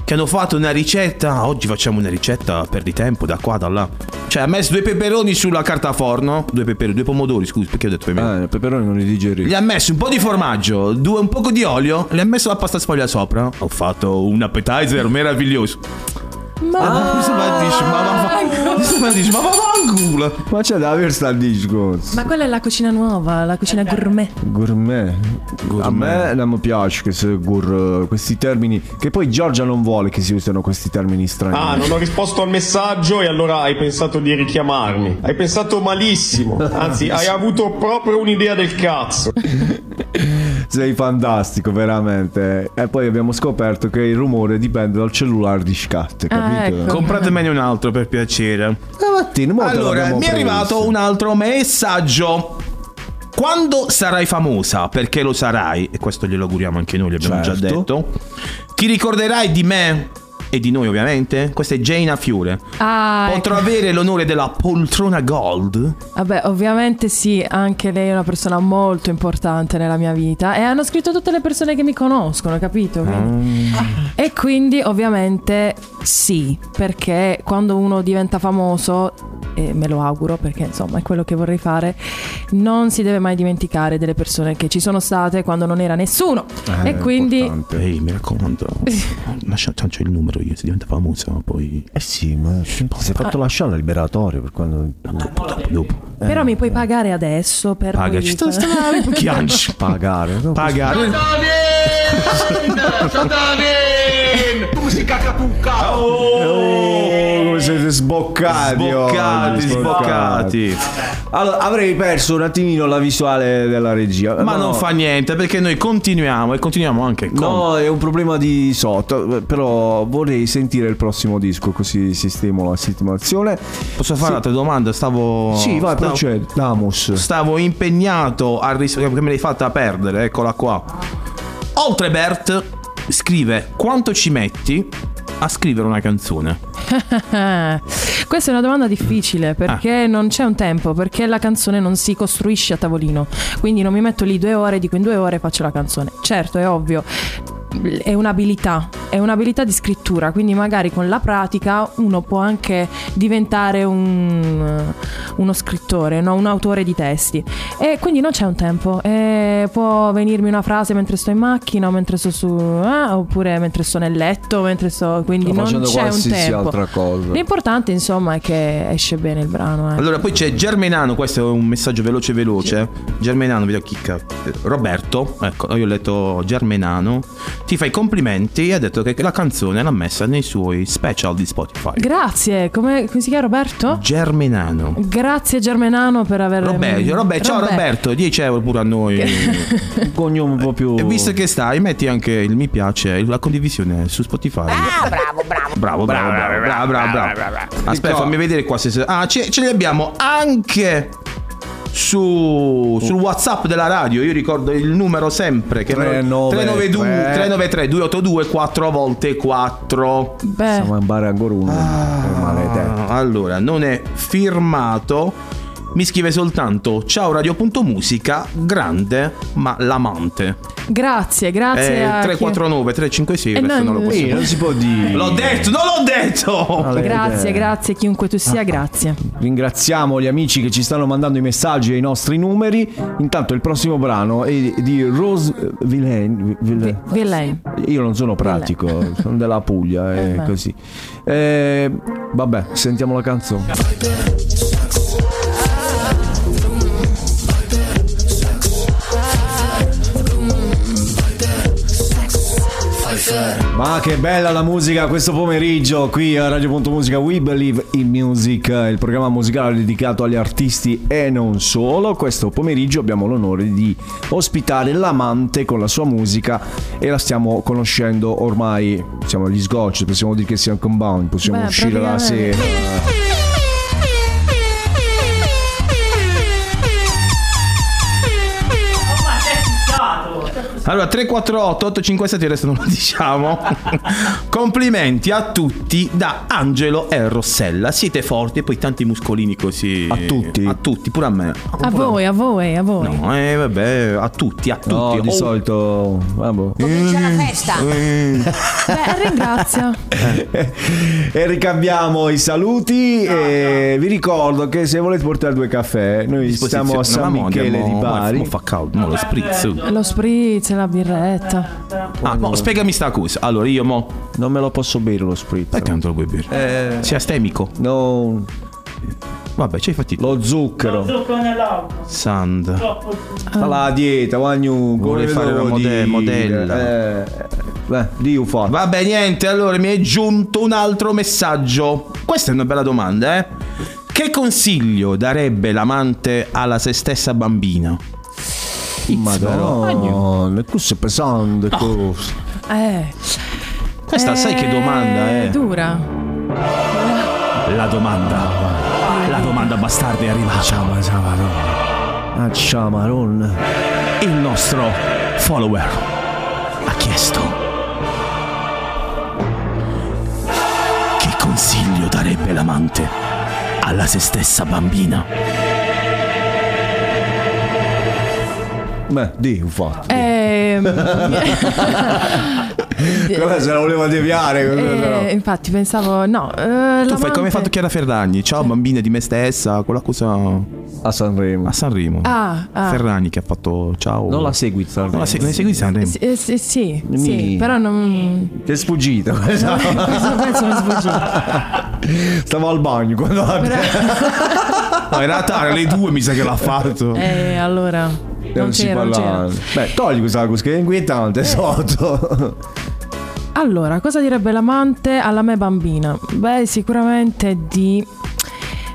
Speaker 1: che hanno fatto una ricetta. Oggi facciamo una ricetta, perdi tempo, da qua, da là. Cioè, ha messo due peperoni sulla carta forno. Due peperoni, due pomodori, scusi, perché ho detto peperoni?
Speaker 7: Eh, peperoni non li digeri.
Speaker 1: Gli ha messo un po' di formaggio, due, un poco di olio, le ha messo la pasta sfoglia sopra. Ho fatto un appetizer meraviglioso.
Speaker 6: Ma
Speaker 1: questo va a dici, ma va- questo va a dici, ma va va in culo.
Speaker 7: Ma c'è da aver sta discorso.
Speaker 6: Ma quella è la cucina nuova, la cucina gourmet.
Speaker 7: Gourmet. A me non mi piace che se gur- questi termini. Che poi Giorgia non vuole che si usano questi termini strani.
Speaker 24: Ah, non ho risposto al messaggio e allora hai pensato di richiamarmi. Hai pensato malissimo. Anzi, hai avuto proprio un'idea del cazzo.
Speaker 7: Sei fantastico, veramente. E poi abbiamo scoperto che il rumore dipende dal cellulare di scat,
Speaker 6: Ah.
Speaker 7: capito?
Speaker 1: Esatto.
Speaker 6: ecco.
Speaker 1: Compratemene un altro per piacere.
Speaker 7: Stamattina, mo te
Speaker 1: Allora,
Speaker 7: l'abbiamo
Speaker 1: mi è
Speaker 7: preso.
Speaker 1: arrivato un altro messaggio. Quando sarai famosa, perché lo sarai, e questo glielo auguriamo anche noi, l'abbiamo già
Speaker 7: Certo.
Speaker 1: detto, ti ricorderai di me e di noi ovviamente? Questa è Jaina Fiore.
Speaker 6: Ah,
Speaker 1: Potrò avere l'onore della poltrona gold?
Speaker 6: Vabbè, ovviamente sì, anche lei è una persona molto importante nella mia vita e hanno scritto tutte le persone che mi conoscono, capito? Quindi- E quindi ovviamente sì, perché quando uno diventa famoso, e me lo auguro perché insomma è quello che vorrei fare, non si deve mai dimenticare delle persone che ci sono state quando non era nessuno.
Speaker 7: Eh,
Speaker 2: Eh,
Speaker 6: e quindi...
Speaker 1: Ehi, mi raccomando. Lascia, c'ho il numero io, se diventa famosa poi...
Speaker 7: Eh sì, ma si è fatto lasciare al liberatorio per quando...
Speaker 1: Dopo, dopo, dopo.
Speaker 6: Però mi puoi pagare adesso per...
Speaker 1: Pagaci.
Speaker 6: poi-
Speaker 1: Sto- sto- Chianci.
Speaker 7: Pagare. no?
Speaker 1: Pagare.
Speaker 5: Musica capucca!
Speaker 7: Oh, come siete sboccati
Speaker 1: Sboccati,
Speaker 7: oggi,
Speaker 1: sboccati.
Speaker 7: Allora, avrei perso un attimino la visuale della regia.
Speaker 1: Ma non fa niente, perché noi continuiamo e continuiamo anche con...
Speaker 7: No, è un problema di sotto. Però vorrei sentire il prossimo disco, così sistemo la situazione.
Speaker 1: Posso fare altre domande? Stavo.
Speaker 7: Sì, vai,
Speaker 1: stavo-
Speaker 7: procedi. Damus.
Speaker 1: Stavo impegnato a ris- che me l'hai fatta perdere, eccola qua. Oltre Bert scrive quanto ci metti a scrivere una canzone.
Speaker 6: Eh, Questa è una domanda difficile
Speaker 7: Ah.
Speaker 6: perché non c'è un tempo, perché la canzone non si costruisce a tavolino. Quindi non mi metto lì due ore, dico in due ore faccio la canzone. Certo, è ovvio. È un'abilità, è un'abilità di scrittura, quindi magari con la pratica uno può anche diventare un- uno scrittore, no? un autore di testi. E quindi non c'è un tempo, Eh, può venirmi una frase mentre sto in macchina, o mentre sto su, ah, oppure mentre sto nel letto, mentre sto... Quindi
Speaker 7: Sto
Speaker 6: non
Speaker 7: facendo
Speaker 6: c'è un
Speaker 7: qualsiasi
Speaker 6: tempo.
Speaker 7: altra cosa.
Speaker 6: L'importante, insomma, è che esce bene il brano. eh.
Speaker 1: Allora, poi c'è Germenano, questo è un messaggio veloce veloce. Germenano, vedo chicca. Eh, Roberto, ecco, io ho letto Germenano, ti fa i complimenti e ha detto che la canzone l'ha messa nei suoi special di Spotify.
Speaker 6: Grazie, come, come si chiama Roberto?
Speaker 1: Germenano.
Speaker 6: Grazie Germenano per aver...
Speaker 1: Vabbè, vabbè, ciao
Speaker 6: Robè.
Speaker 1: Roberto, 10 euro pure a noi.
Speaker 7: un cognome un po' più.
Speaker 1: E Eh, visto che stai, metti anche il mi piace e la condivisione su Spotify.
Speaker 5: Ah, bravo, bravo.
Speaker 1: Bravo, bravo, bravo, bravo, bravo, Aspetta,
Speaker 7: Dico-
Speaker 1: fammi vedere qua se. se- Ah, ce, ce li abbiamo anche su, sul WhatsApp della radio. Io ricordo il numero sempre: che
Speaker 7: 392,
Speaker 1: 393 282 4 volte 4.
Speaker 6: Beh,
Speaker 7: Stiamo a imparare ancora uno.
Speaker 1: Ah.
Speaker 7: Eh,
Speaker 1: Eh,
Speaker 7: Maledetto.
Speaker 1: Allora, non è firmato. Mi scrive soltanto ciao radio.musica, grande ma l'amante.
Speaker 6: grazie, grazie.
Speaker 1: Eh,
Speaker 6: a chi-
Speaker 1: 349 356
Speaker 6: Eh,
Speaker 1: questo
Speaker 6: no,
Speaker 1: non lo
Speaker 6: eh,
Speaker 1: possiamo
Speaker 6: sì, non
Speaker 7: si può dire.
Speaker 1: L'ho detto, non l'ho detto. Eh.
Speaker 6: Grazie, grazie, chiunque tu sia, grazie.
Speaker 7: Ringraziamo gli amici che ci stanno mandando i messaggi e i nostri numeri. Intanto il prossimo brano è di Rose Villain. Villain.
Speaker 6: Villain.
Speaker 7: Io non sono pratico, sono della Puglia e
Speaker 6: Eh, beh.
Speaker 7: così. Eh, vabbè, sentiamo la canzone.
Speaker 5: Fai
Speaker 2: Ma che bella la musica questo pomeriggio qui a Radio.musica We Believe in Music, il programma musicale dedicato agli artisti e non solo. Questo pomeriggio abbiamo l'onore di ospitare l'amante con la sua musica e la stiamo conoscendo ormai, siamo agli sgocci, possiamo dire che siamo combined, possiamo
Speaker 7: Beh,
Speaker 2: uscire la
Speaker 7: praticamente.
Speaker 2: sera.
Speaker 1: Allora, 348 857 il resto non lo diciamo. Complimenti a tutti da Angelo e Rossella. Siete forti e poi tanti muscolini così. A tutti? A tutti, pure a me.
Speaker 6: A voi, a voi, a voi.
Speaker 1: No, eh, vabbè, a tutti, a tutti. Oh,
Speaker 2: di solito.
Speaker 7: ah, boh.
Speaker 1: Comincia
Speaker 6: la festa. Beh, ringrazio.
Speaker 2: e ricambiamo i saluti e vi ricordo che se volete portare due caffè noi siamo a San Michele di Bari
Speaker 1: fa caldo, mo lo spritz.
Speaker 6: Lo spritz, la birretta.
Speaker 1: Ah, mo, spiegami sta cosa. Allora, io mo.
Speaker 2: Non me lo posso bere lo spritz.
Speaker 1: Perché non te lo puoi bere? Sei astemico?
Speaker 2: Eh. No.
Speaker 1: Vabbè, ci hai fatti.
Speaker 2: Lo zucchero.
Speaker 25: Zucchero nell'auto.
Speaker 1: Sand.
Speaker 25: Troppo
Speaker 2: Sta la dieta, guagnu,
Speaker 1: Vuole
Speaker 2: come
Speaker 1: fare
Speaker 2: vedo
Speaker 1: la mode-
Speaker 2: di-
Speaker 1: modella.
Speaker 2: Eh, beh, di un fatto.
Speaker 1: Vabbè, niente, allora mi è giunto un altro messaggio. Questa è una bella domanda, eh. Che consiglio darebbe l'amante alla se stessa bambina?
Speaker 2: Madonna, questo è pesante. questo.
Speaker 6: Eh.
Speaker 1: Questa
Speaker 6: Eh,
Speaker 1: sai che domanda eh? è?
Speaker 6: Dura.
Speaker 1: La domanda. La domanda bastarda è arrivata. Ciao, ciao,
Speaker 2: Ah, ciao, Maron.
Speaker 1: Il nostro follower ha chiesto: Che consiglio darebbe l'amante alla se stessa bambina?
Speaker 2: Beh, di un fatto.
Speaker 6: Ehm,
Speaker 2: Quella se la voleva deviare. quella però.
Speaker 6: eh, infatti pensavo, no. eh,
Speaker 1: Tu fai come ha
Speaker 6: l'amante-
Speaker 1: fatto Chiara Ferragni, ciao bambina di me stessa, quella cosa a
Speaker 2: Sanremo.
Speaker 1: A Sanremo.
Speaker 6: Ah, ah.
Speaker 1: Ferragni che ha fatto ciao.
Speaker 2: Non la segui Sanremo.
Speaker 1: Non la segui, non segui Sanremo.
Speaker 6: Sì, eh, sì, sì,
Speaker 2: Mi-
Speaker 6: sì, però non...
Speaker 2: Ti è sfuggito.
Speaker 6: Questo pezzo mi sfugge.
Speaker 2: Stavo al bagno quando la
Speaker 1: No, era Tara, le due mi sa che l'ha fatto.
Speaker 6: Eh, allora... Non c'era, non c'era. Eh.
Speaker 2: Beh, togli questa cosa che è inquietante sotto.
Speaker 6: Allora, cosa direbbe l'amante alla me bambina? Beh, sicuramente di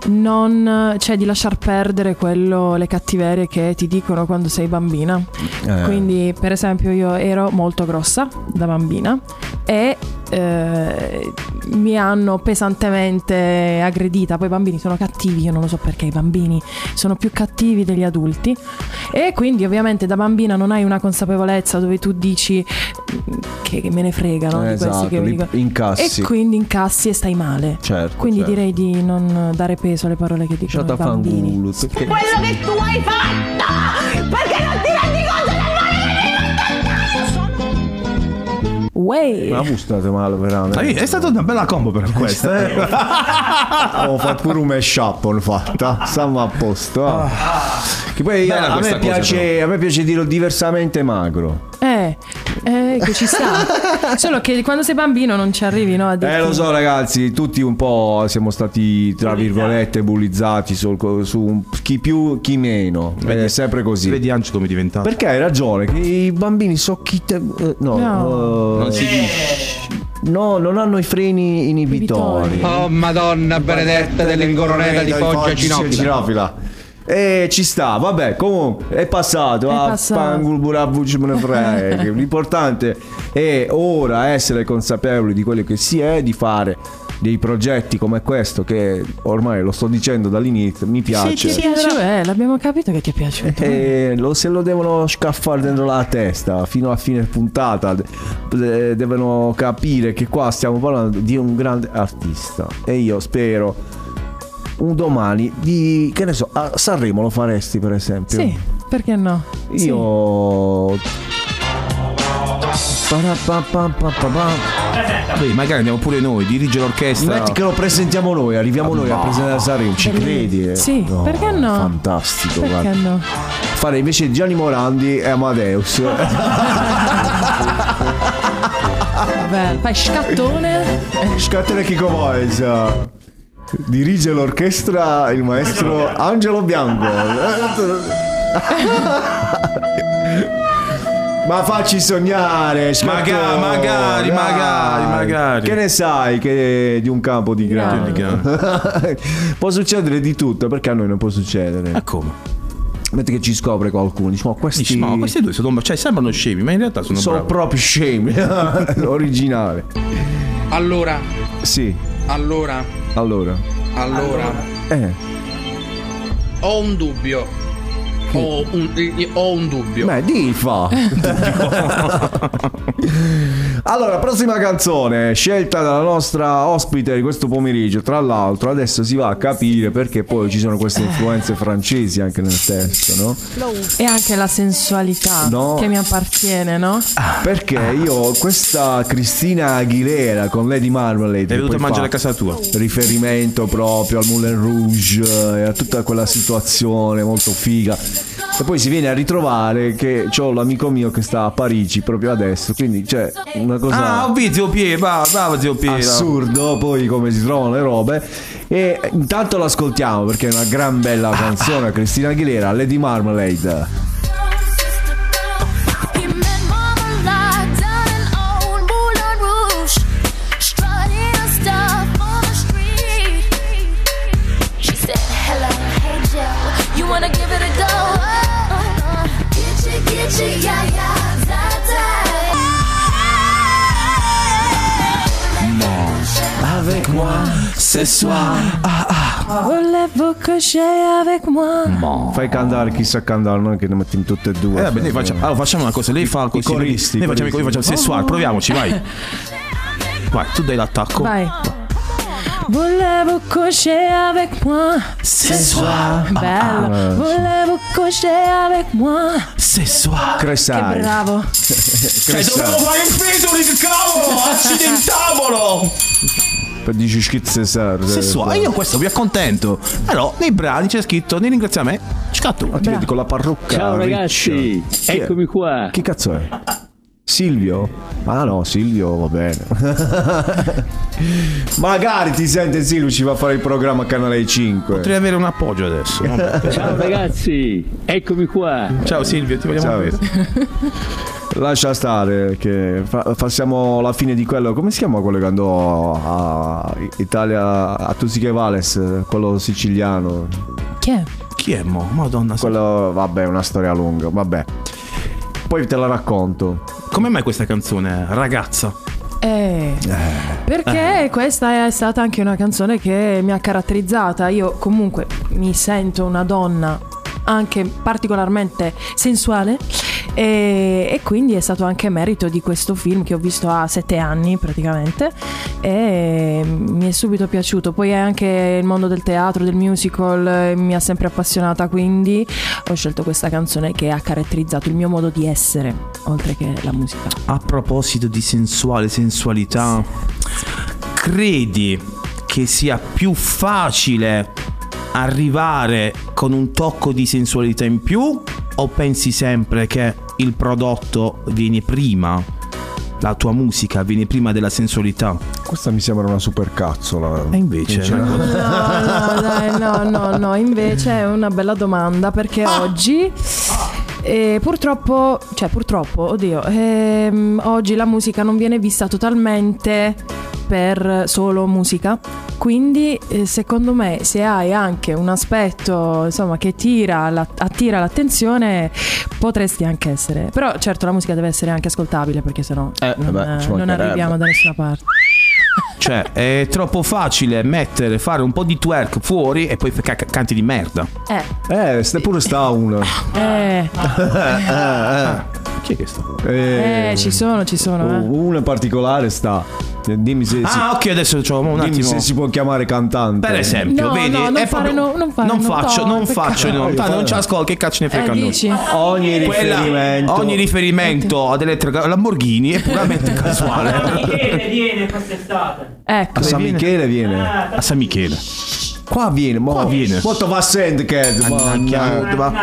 Speaker 6: non cioè di lasciar perdere quello le cattiverie che ti dicono quando sei bambina.
Speaker 7: Eh.
Speaker 6: Quindi, per esempio, io ero molto grossa da bambina e eh, mi hanno pesantemente aggredita. Poi i bambini sono cattivi, io non lo so perché i bambini sono più cattivi degli adulti. E quindi, ovviamente, da bambina non hai una consapevolezza dove tu dici "Mm, che, che me ne fregano
Speaker 2: Eh,
Speaker 6: di questi
Speaker 2: esatto,
Speaker 6: che
Speaker 2: li-
Speaker 6: dicono.
Speaker 2: incassi.
Speaker 6: E quindi incassi e stai male.
Speaker 2: Certo,
Speaker 6: Quindi
Speaker 2: certo.
Speaker 6: direi di non dare peso alle parole che dicono
Speaker 2: Shut
Speaker 6: i
Speaker 2: up
Speaker 6: bambini.
Speaker 2: fanculo. Perché-
Speaker 7: Quello che tu hai fatto! Perché non ti rendi conto del
Speaker 6: Uè.
Speaker 2: Ma voi state male veramente.
Speaker 1: Hai- È stata una bella combo però questa. eh.
Speaker 2: Ho fatto Oh, pure un mashup, ho fatta. Stiamo a posto. ah. Che poi ah,
Speaker 1: Bella
Speaker 2: a,
Speaker 1: questa
Speaker 2: me
Speaker 1: cosa,
Speaker 2: piace, a me piace dirlo diversamente magro.
Speaker 6: Eh, eh, che ci sta. Solo che quando sei bambino non ci arrivi, no? A dirti-
Speaker 2: Eh lo so ragazzi, tutti un po' siamo stati tra virgolette bullizzati sul- su un- chi più chi meno. È sempre così.
Speaker 1: Vedi Ancio come è diventato.
Speaker 2: Perché hai ragione, che i bambini so chi te- eh, no,
Speaker 1: No.
Speaker 2: eh,
Speaker 1: Non si
Speaker 2: No, non hanno i freni inibitori.
Speaker 26: Oh madonna benedetta dell'ingoroneta di Foggia Ginocchio.
Speaker 2: E ci sta, vabbè, comunque è passato.
Speaker 26: È
Speaker 2: ah,
Speaker 26: passato.
Speaker 2: fangul buravuc me ne frega. L'importante è ora essere consapevoli di quello che si è, di fare dei progetti come questo che ormai lo sto dicendo dall'inizio, mi piace. Eh,
Speaker 6: Sì, ti piace. Eh, l'abbiamo capito che ti è piaciuto.
Speaker 2: E lo- se lo devono scaffare dentro la testa fino a fine puntata, de- de- devono capire che qua stiamo parlando di un grande artista. E io spero un domani di che ne so, a Sanremo lo faresti per esempio.
Speaker 6: Sì, perché no? Sì.
Speaker 2: Io Pa-ra-pa-pa-pa-pa-pa.
Speaker 1: Beh, magari andiamo pure noi, dirige l'orchestra.
Speaker 2: Metti che lo presentiamo noi, arriviamo noi a presentare Sanremo, ci credi? eh?
Speaker 6: Sì,
Speaker 2: No,
Speaker 6: perché no?
Speaker 2: Fantastico,
Speaker 6: Perché
Speaker 2: guarda.
Speaker 6: no?
Speaker 2: Fare invece Gianni Morandi e Amadeus.
Speaker 6: Vabbè, fai scattone.
Speaker 2: Scattare Kiko Boys. Dirige l'orchestra il maestro Angelo Bianco.
Speaker 7: Ma facci sognare,
Speaker 1: Maga-
Speaker 7: scattone,
Speaker 1: magari,
Speaker 7: dai.
Speaker 1: magari, magari.
Speaker 7: Che ne sai che di un campo di grano? può succedere di tutto, perché a noi non può succedere. Ma
Speaker 1: come?
Speaker 7: Mentre che ci scopre qualcuno, dici, ma questi,
Speaker 1: Dici, ma questi due sono, cioè, sembrano scemi, ma in realtà sono,
Speaker 7: sono
Speaker 1: bravi.
Speaker 7: proprio scemi. Originale.
Speaker 12: Allora,
Speaker 7: Sì,
Speaker 12: allora,
Speaker 7: allora.
Speaker 12: allora,
Speaker 7: Eh,
Speaker 12: ho un dubbio. Ho un, ho un dubbio.
Speaker 7: beh, di fa. Allora, prossima canzone scelta dalla nostra ospite di questo pomeriggio. Tra l'altro, adesso si va a capire perché poi ci sono queste influenze francesi anche nel testo, no?
Speaker 6: E anche la sensualità
Speaker 7: No.
Speaker 6: che mi appartiene, no?
Speaker 7: Perché io questa Cristina Aguilera con Lady Marmalade
Speaker 1: È
Speaker 7: poi Esatto.
Speaker 1: venuta a mangiare
Speaker 7: fa
Speaker 1: a casa tua.
Speaker 7: Riferimento proprio al Moulin Rouge eh, e a tutta quella situazione molto figa. E poi si viene a ritrovare che c'ho l'amico mio che sta a Parigi proprio adesso, quindi c'è una cosa
Speaker 1: Ah, ho visto, zio Pie, va, va, zio Pie.
Speaker 7: assurdo poi come si trovano le robe e intanto l'ascoltiamo perché è una gran bella canzone Cristina Aguilera Lady Marmalade
Speaker 5: He met Marmalade down in old Moulin Rouge, strutting her stuff on the street. She said, "Hello, hey Joe, you wanna give it a go?" Get you, get you, yeah, yeah, da
Speaker 6: Avec moi,
Speaker 1: ce soir.
Speaker 2: Ah.
Speaker 6: Volevo coucher avec moi.
Speaker 7: fai cantare chissà cantare noi che ne mettiamo tutte e due
Speaker 1: Eh, vabbè, noi facciamo, allora, facciamo una cosa, lei fa così.
Speaker 7: coristi,
Speaker 1: noi facciamo,
Speaker 7: coristi.
Speaker 1: noi facciamo sessuale, proviamoci, vai. Vai, tu dai l'attacco.
Speaker 6: Vai. Volevo coucher avec moi.
Speaker 1: Ce soir.
Speaker 6: Bello.
Speaker 7: Ah, sì.
Speaker 6: Volevo coucher avec moi.
Speaker 1: Ce
Speaker 7: Ah,
Speaker 1: soir.
Speaker 7: Cressai
Speaker 6: Ah, Che bravo.
Speaker 7: Cressai.
Speaker 1: il peso, che cavolo! Accidentavolo!
Speaker 7: per dici schizze sarde
Speaker 1: Sessuale, io questo vi accontento. Però nei brani c'è scritto, ne ringrazia me, scatto.
Speaker 7: ma ti vedi con la parrucca
Speaker 2: Ciao
Speaker 7: riccia.
Speaker 2: ragazzi,
Speaker 7: Chi è?
Speaker 2: eccomi qua.
Speaker 7: chi cazzo è? Silvio? Ah no, Silvio va bene. Magari ti sente Silvio, ci va a fare il programma a Canale 5.
Speaker 1: Potrei avere un appoggio adesso.
Speaker 2: Ciao ragazzi, eccomi qua.
Speaker 1: Ciao Silvio, ti vogliamo
Speaker 7: Ciao.
Speaker 1: bene.
Speaker 7: Lascia stare che fa- passiamo alla fine di quello. Come si chiama quello che andò a Italia a Tusiche Vales, quello siciliano?
Speaker 6: Chi è?
Speaker 1: Chi è mo? Madonna.
Speaker 7: Quello vabbè, è una storia lunga, vabbè. Poi te la racconto.
Speaker 1: Come mai questa canzone, ragazza?
Speaker 6: Eh. Perché questa è stata anche una canzone che mi ha caratterizzata. Io comunque mi sento una donna anche particolarmente sensuale e, e quindi è stato anche merito di questo film che ho visto a sette anni praticamente e mi è subito piaciuto poi è anche il mondo del teatro del musical eh, mi ha sempre appassionata quindi ho scelto questa canzone che ha caratterizzato il mio modo di essere oltre che la musica
Speaker 1: A proposito di sensuale, sensualità, credi che sia più facile arrivare con un tocco di sensualità in più o pensi sempre che il prodotto viene prima? La tua musica viene prima della sensualità.
Speaker 7: Questa mi sembra una super cazzola.
Speaker 1: E invece è una cosa-
Speaker 6: No, no, dai, no, no, no, invece è una bella domanda perché
Speaker 1: Ah.
Speaker 6: oggi eh, purtroppo, cioè purtroppo, oddio, ehm, oggi la musica non viene vista totalmente per solo musica, quindi eh, secondo me se hai anche un aspetto insomma, che tira la- attira l'attenzione potresti anche essere, però certo la musica deve essere anche ascoltabile perché sennò
Speaker 1: Eh,
Speaker 6: non,
Speaker 1: vabbè, ci
Speaker 6: eh, non
Speaker 1: mancherebbe.
Speaker 6: arriviamo da nessuna parte.
Speaker 1: cioè, è troppo facile mettere, fare un po' di twerk fuori e poi fa- ca- canti di merda.
Speaker 6: Eh,
Speaker 7: Eh, sta pure sta una.
Speaker 6: eh,
Speaker 1: Chi è che sta? Uh.
Speaker 7: Eh,
Speaker 6: eh, ci sono, ci sono. Eh.
Speaker 7: Uno in particolare sta. Dimmi se, se-
Speaker 1: Ah, ok, adesso c'ho un
Speaker 7: dimmi
Speaker 1: attimo.
Speaker 7: se si può chiamare cantante.
Speaker 1: Per esempio,
Speaker 6: No,
Speaker 1: vedi,
Speaker 6: no, non
Speaker 1: è proprio-
Speaker 6: fare no- non fare
Speaker 1: non
Speaker 6: no-
Speaker 1: faccio,
Speaker 6: no,
Speaker 1: non
Speaker 6: peccato.
Speaker 1: faccio, in realtà non ci ascolto, che cazzo ne frega a
Speaker 6: Eh,
Speaker 1: noi.
Speaker 6: dici?
Speaker 7: Ogni
Speaker 1: Quella-
Speaker 7: riferimento.
Speaker 1: ogni riferimento ad elettrica Lamborghini è puramente casuale.
Speaker 27: Viene, viene quest'estate.
Speaker 6: Ecco.
Speaker 1: Ah,
Speaker 7: A San Michele viene.
Speaker 1: A San Michele.
Speaker 7: Qua viene, mo.
Speaker 1: Qua viene.
Speaker 7: Molto va Sandcat.
Speaker 1: Mannaggia, va.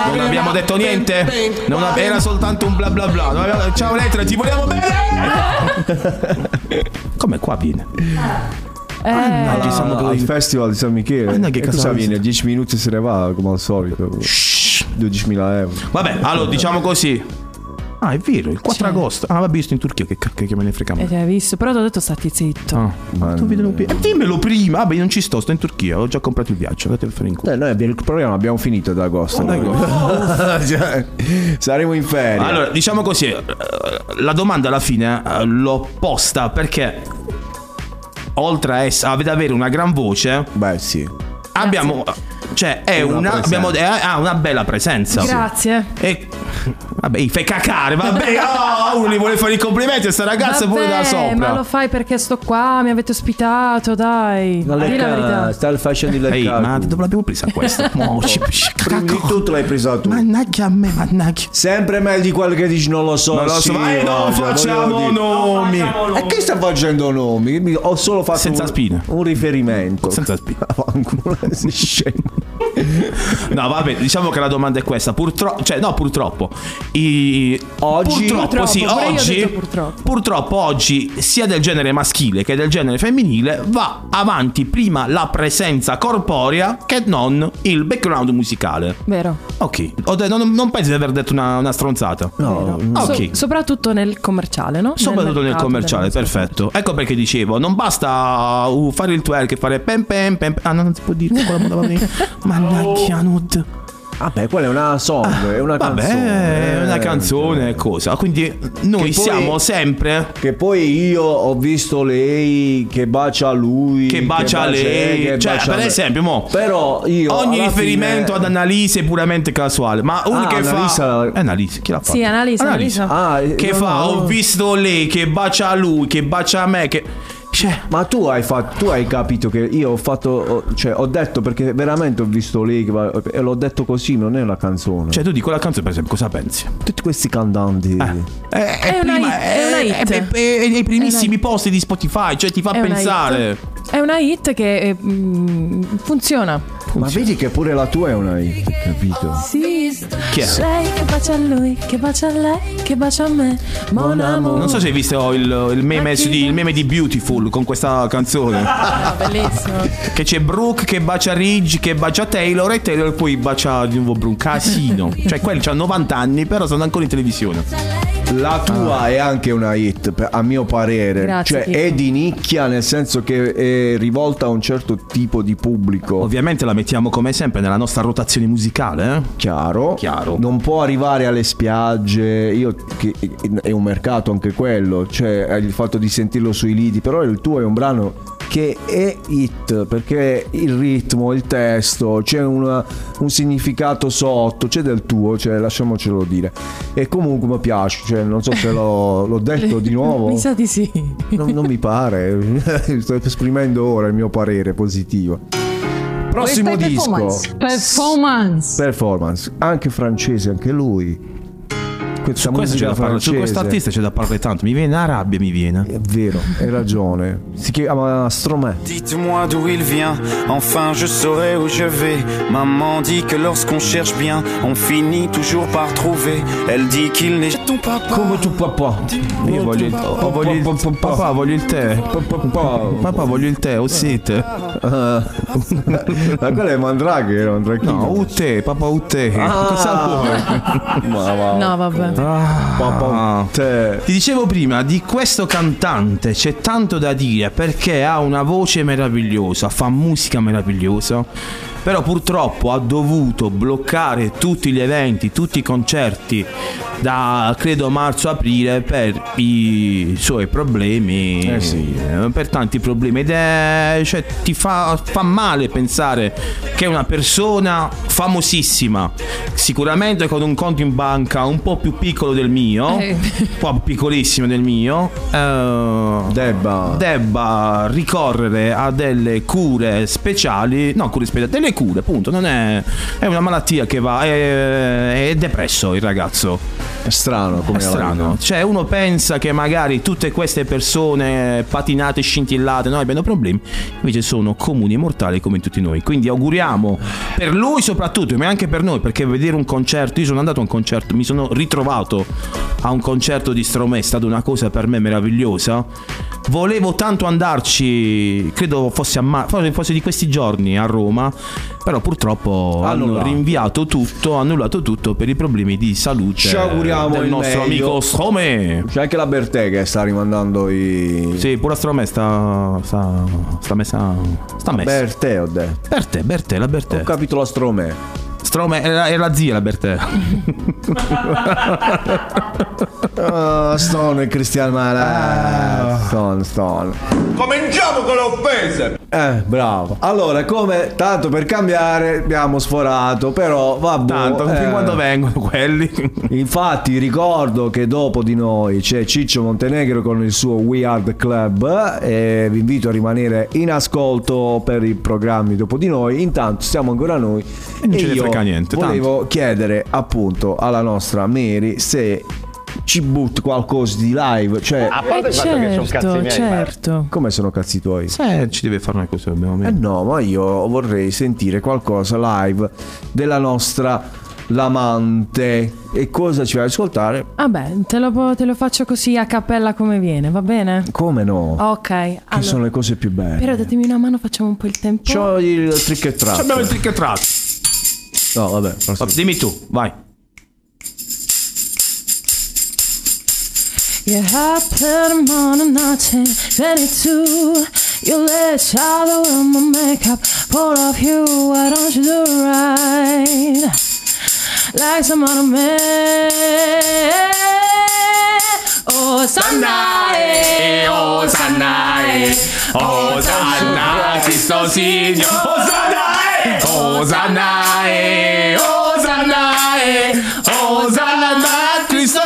Speaker 1: Non abbiamo detto niente. Non ab- era soltanto un bla bla bla. Non abbiamo- Ciao Elettra, ti vogliamo bene. Come qua viene?
Speaker 6: Eh,
Speaker 1: Oggi siamo
Speaker 7: Al
Speaker 1: con-
Speaker 7: festival di San Michele.
Speaker 1: Ah, no, che
Speaker 7: E
Speaker 1: cazzo
Speaker 7: cosa
Speaker 1: è?
Speaker 7: viene? 10 minuti e se ne va come al solito.
Speaker 1: Shh.
Speaker 7: 12.000 euro.
Speaker 1: Vabbè, allora diciamo così. Ah, è vero, il 4 agosto. Ah, l'ha visto in Turchia, che cacchio che me ne frega. a me.
Speaker 6: E te hai visto? Però ti ho detto stati zitto.
Speaker 1: Ah, Ma tu vedi lo pi- Dimmelo prima. Ah, beh, io non ci sto, sto in Turchia, ho già comprato il viaggio. Andate a fare in culo.
Speaker 7: Eh, noi abbiamo il problema, abbiamo finito ad agosto. Cioè, saremo in ferie.
Speaker 1: Allora, diciamo così, eh, la domanda alla fine eh, l'ho posta perché oltre a ess- ad avere una gran voce,
Speaker 7: beh, sì.
Speaker 1: Abbiamo cioè è
Speaker 7: Una
Speaker 1: una,
Speaker 7: presenza.
Speaker 1: abbiamo- è- ha una bella presenza.
Speaker 6: Grazie.
Speaker 1: E vabbè, fai cacare, vabbè, oh, uno gli vuole fare i complimenti a sta ragazza pure da
Speaker 6: Vabbè,
Speaker 1: sopra.
Speaker 6: Ma lo fai perché sto qua, mi avete ospitato, dai. Dì la verità.
Speaker 7: sta il fascio di lei.
Speaker 1: ma dove l'abbiamo presa questa? Mo, ci- ci-
Speaker 7: Prima di tutto l'hai presa tu.
Speaker 1: Mannaggia a me, mannaggia.
Speaker 7: Sempre meglio di quello che dici non lo so.
Speaker 1: Non lo so,
Speaker 7: sì,
Speaker 1: ma- eh, non
Speaker 7: voglio
Speaker 1: facciamo
Speaker 7: dire.
Speaker 1: nomi. Non facciamo
Speaker 7: E che sta facendo nomi? Mi- Ho solo fatto
Speaker 1: Senza
Speaker 7: un,
Speaker 1: spine.
Speaker 7: un riferimento.
Speaker 1: Senza
Speaker 7: spine. Scemo.
Speaker 1: No, vabbè, diciamo che la domanda è questa. Purtroppo, cioè, no, purtroppo. I- Oggi, purtroppo,
Speaker 6: Purtroppo,
Speaker 1: sì,
Speaker 6: pure io ho
Speaker 1: oggi,
Speaker 6: detto purtroppo.
Speaker 1: purtroppo oggi, sia del genere maschile che del genere femminile, va avanti prima la presenza corporea che non il background musicale.
Speaker 6: Vero.
Speaker 1: Ok, Ho de- non, non penso di aver detto una, una stronzata. No,
Speaker 6: So-
Speaker 1: Ah, ok.
Speaker 6: soprattutto nel commerciale, no?
Speaker 1: Soprattutto nel
Speaker 6: mercato, diciamo.
Speaker 1: commerciale,
Speaker 6: nel-
Speaker 1: perfetto. Ecco perché dicevo, non basta uh, fare il twerk e fare pem pem pem. Ah, no, non si può dire quella moda va bene.
Speaker 7: Oh.
Speaker 1: Mannaggia, Nud.
Speaker 7: Vabbè, quella è una song, è una
Speaker 1: Vabbè,
Speaker 7: canzone. eh.
Speaker 1: è una canzone è cosa. Quindi noi
Speaker 7: Che poi-
Speaker 1: siamo sempre
Speaker 7: Che poi io ho visto lei che bacia lui.
Speaker 1: che bacia lei.
Speaker 7: che
Speaker 1: cioè,
Speaker 7: bacia
Speaker 1: per
Speaker 7: me.
Speaker 1: esempio, mo,
Speaker 7: Però io.
Speaker 1: ogni
Speaker 7: alla
Speaker 1: riferimento
Speaker 7: fine-
Speaker 1: ad analisi è puramente casuale. Ma uno
Speaker 7: Ah,
Speaker 1: che
Speaker 7: Annalisa-
Speaker 1: fa. Eh, Analisi, chi l'ha fatto?
Speaker 6: Sì, analisa,
Speaker 1: Analisa.
Speaker 6: analisa.
Speaker 7: eh,
Speaker 1: Che
Speaker 7: no,
Speaker 1: fa?
Speaker 7: no.
Speaker 1: Ho visto lei che bacia lui, che bacia me. Che. Cioè,
Speaker 7: Ma tu hai, fatto, tu hai capito che io ho fatto, ho- cioè ho detto perché veramente ho visto lei che va- e l'ho detto così, non è una canzone.
Speaker 1: cioè, tu di quella canzone, per esempio, cosa pensi?
Speaker 7: Tutti questi cantanti.
Speaker 1: È,
Speaker 6: È una
Speaker 1: prima-
Speaker 6: hit, è una hit.
Speaker 1: è- è- è nei primissimi posti di Spotify, cioè ti fa
Speaker 6: È una
Speaker 1: pensare.
Speaker 6: hit. È una hit che eh, mm, funziona.
Speaker 7: Ma vedi che pure la tua è una hit, capito?
Speaker 6: Sì.
Speaker 1: Chi è?
Speaker 6: Lei che bacia lui, che bacia lei, che bacia me. Mon amour.
Speaker 1: Non so se hai visto il, il meme, su di, il meme di Beautiful con questa canzone.
Speaker 6: Ah, bellissimo.
Speaker 1: che c'è Brooke che bacia Ridge, che bacia Taylor e Taylor poi bacia di nuovo Brooke. Casino. cioè, quelli hanno 90 anni, però sono ancora in televisione.
Speaker 7: La tua Ah, è anche una hit, per- a mio parere.
Speaker 6: Grazie,
Speaker 7: cioè è
Speaker 6: Chicco.
Speaker 7: di nicchia, nel senso che è rivolta a un certo tipo di pubblico.
Speaker 1: Ovviamente la mettiamo come sempre nella nostra rotazione musicale. eh.
Speaker 7: Chiaro.
Speaker 1: Chiaro.
Speaker 7: Non può arrivare alle spiagge, io, che, è un mercato anche quello, cioè il fatto di sentirlo sui lidi, però il tuo è un brano che è hit, perché il ritmo, il testo, c'è una- un significato sotto, c'è del tuo, cioè lasciamocelo dire. E comunque mi piace, cioè, non so se l'ho, l'ho detto di nuovo,
Speaker 6: Mi sa di sì.
Speaker 7: non, non mi pare, sto esprimendo ora il mio parere positivo. Prossimo
Speaker 4: Questa è
Speaker 7: disco.
Speaker 4: performance. Performance.
Speaker 7: Performance, anche francese, anche lui. Questa
Speaker 1: Questo c'è
Speaker 7: musica
Speaker 1: da parlare- su
Speaker 7: francese.
Speaker 1: questo artista c'è da parlare tanto. Mi viene la rabbia, mi viene.
Speaker 7: È vero, hai ragione. Si chiama Stromae.
Speaker 11: Dites-moi d'où il vient, enfin je saurai où je vais. Maman dit que lorsqu'on cherche bien, on finit toujours par trouver. Elle dit qu'il n'est ton papa.
Speaker 7: Come tu papà?
Speaker 1: Io voglio il, ho- ho voglio il- papà, voglio il tè. Papà, voglio il oh, tè, o sete.
Speaker 7: Ma quello è Mandraghe, era Mandraghe.
Speaker 1: No, un tè, papà, un tè. Cosa vuoi?
Speaker 7: Ma va.
Speaker 6: No, vabbè.
Speaker 1: Ah. Ti dicevo prima, di questo cantante c'è tanto da dire perché ha una voce meravigliosa, fa musica meravigliosa, però purtroppo ha dovuto bloccare tutti gli eventi, tutti i concerti da credo marzo-aprile per i suoi problemi,
Speaker 7: Eh sì.
Speaker 1: eh, per tanti problemi ed è, cioè, ti fa, fa male pensare che una persona famosissima, sicuramente con un conto in banca un po' più piccolo del mio,
Speaker 6: Eh.
Speaker 1: un po' piccolissimo del mio, eh,
Speaker 7: Debba.
Speaker 1: debba ricorrere a delle cure speciali, no cure speciali, delle cure, appunto, non è, è una malattia che va, è, è depresso il ragazzo.
Speaker 7: È strano come
Speaker 1: È strano. Cioè, uno pensa che magari tutte queste persone patinate, scintillate, no, abbiano problemi. Invece sono comuni e mortali come tutti noi. Quindi auguriamo per lui soprattutto, ma anche per noi, perché vedere un concerto, io sono andato a un concerto, mi sono ritrovato a un concerto di Stromae, è stata una cosa per me meravigliosa. Volevo tanto andarci, credo fosse, a ma- forse fosse di questi giorni a Roma, però purtroppo hanno
Speaker 7: Annullato.
Speaker 1: rinviato tutto, annullato tutto per i problemi di salute
Speaker 7: Ci auguriamo
Speaker 1: del
Speaker 7: il
Speaker 1: nostro
Speaker 7: meglio.
Speaker 1: amico Strome.
Speaker 7: C'è anche la Bertè che sta rimandando i.
Speaker 1: Sì, pure Strome sta. sta. sta messa. sta messa.
Speaker 7: Bertè, ho detto.
Speaker 1: Bertè, Bertè, la Bertè.
Speaker 7: Ho capito la Strome.
Speaker 1: Strome è la, è la zia la Bertè.
Speaker 7: Ah, Stone e Cristian Mala. Stone, Stone.
Speaker 20: Cominciamo con le offese.
Speaker 7: Eh, bravo. Allora, come tanto per cambiare, abbiamo sforato, però vabbè. eh.
Speaker 1: Tanto, fin quando vengono quelli.
Speaker 7: Infatti, ricordo che dopo di noi c'è Ciccio Montenegro con il suo We Are the Club. E vi invito a rimanere in ascolto per i programmi dopo di noi. Intanto siamo ancora noi.
Speaker 1: Non
Speaker 7: e
Speaker 1: ce ne
Speaker 7: io
Speaker 1: frega niente, tanto.
Speaker 7: Volevo chiedere appunto alla nostra Mary se ci butta qualcosa di live. Cioè,
Speaker 6: A parte Eh, il fatto che sono certo, cazzi miei, ma- certo.
Speaker 7: Come sono cazzi tuoi?
Speaker 1: Eh, ci deve fare una cosa, abbiamo
Speaker 7: Eh no, ma io vorrei sentire qualcosa live della nostra l'amante. E cosa ci vai ad ascoltare?
Speaker 6: Vabbè, te lo, po- te lo faccio così a cappella come viene, va bene?
Speaker 7: Come no?
Speaker 6: Ok.
Speaker 7: che
Speaker 6: allora,
Speaker 7: sono le cose più belle.
Speaker 6: Però datemi una mano, facciamo un po' il tempo.
Speaker 7: C'ho il trick e track.
Speaker 1: Abbiamo il trick e track.
Speaker 7: No, vabbè.
Speaker 1: Oh, Dimmi tu, vai.
Speaker 9: Yeah, I put them on a nothing, 22. You let shadow on my makeup, pull off you, why don't you do right? Like some other man. Oh, Sanae, oh, Sanae, oh, Sanae, Cristo Signore, oh, Sanae, oh, Sanae, oh, Sanae, oh, Sanae, Cristo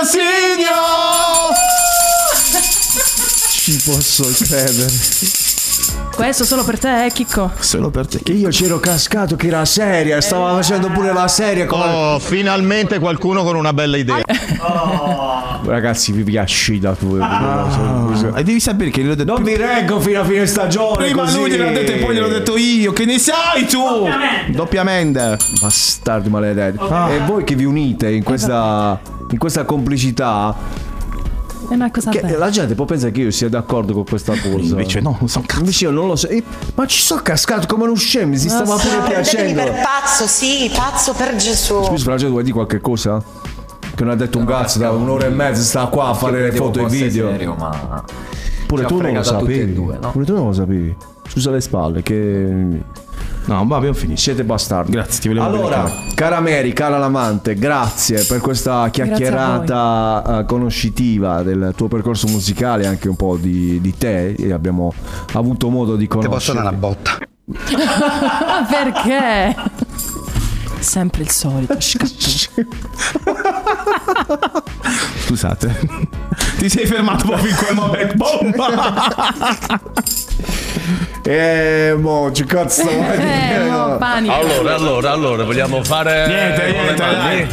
Speaker 7: Ci posso credere.
Speaker 6: Questo solo per te, eh, Chicco.
Speaker 1: Solo per te.
Speaker 7: Che io c'ero cascato, che era seria, stava facendo pure la serie. Come...
Speaker 13: Oh, finalmente qualcuno con una bella idea.
Speaker 1: Oh.
Speaker 7: Ragazzi, vi piace da
Speaker 1: eh,
Speaker 7: tu.
Speaker 1: E devi sapere che gliel'ho detto.
Speaker 7: Ah. Non mi reggo fino a fine stagione.
Speaker 1: Prima
Speaker 7: così.
Speaker 1: lui gliel'ha detto e poi gliel'ho detto io. Che ne sai tu? Doppiamente.
Speaker 7: Bastardi maledetti.
Speaker 1: Ah.
Speaker 7: E voi che vi unite in questa,
Speaker 6: Esatto.
Speaker 7: in questa complicità.
Speaker 6: È una cosa
Speaker 7: Che
Speaker 6: bella.
Speaker 7: la gente può pensare che io sia d'accordo con questa cosa.
Speaker 1: Invece no, non so cazzo.
Speaker 7: Invece io non lo so. E- Ma ci sono cascato come uno scemo, mi si stava pure
Speaker 3: Prendetemi
Speaker 7: piacendo.
Speaker 3: per pazzo, sì, pazzo per Gesù.
Speaker 7: Scusa, Francesco, vuoi dire qualche cosa? Che non ha detto un cazzo da un'ora e mezza sta qua a fare le foto e i video.
Speaker 21: Serio, ma...
Speaker 7: Pure
Speaker 21: ci ha
Speaker 7: tu non lo
Speaker 21: fregato a tutti e
Speaker 7: sapevi.
Speaker 21: due, no?
Speaker 7: Pure tu non lo sapevi. Scusa le spalle, che.
Speaker 1: No, ma abbiamo finito.
Speaker 7: Siete bastardi.
Speaker 1: Grazie, ti volevo
Speaker 7: Allora,
Speaker 1: bene.
Speaker 7: cara Mary, cara l'amante, grazie per questa chiacchierata eh, conoscitiva del tuo percorso musicale, anche un po' di, di te. E abbiamo avuto modo di conoscere.
Speaker 21: posso dare una
Speaker 7: botta.
Speaker 6: Perché? Sempre il solito. scatto.
Speaker 1: Scusate. Ti sei fermato proprio in quel momento. Bomba!
Speaker 7: Eh, mo, ci cazzo.
Speaker 6: Eh,
Speaker 7: vuoi
Speaker 9: Eh,
Speaker 7: dire, no?
Speaker 15: Allora, allora, allora, vogliamo fare.
Speaker 1: Niente, niente,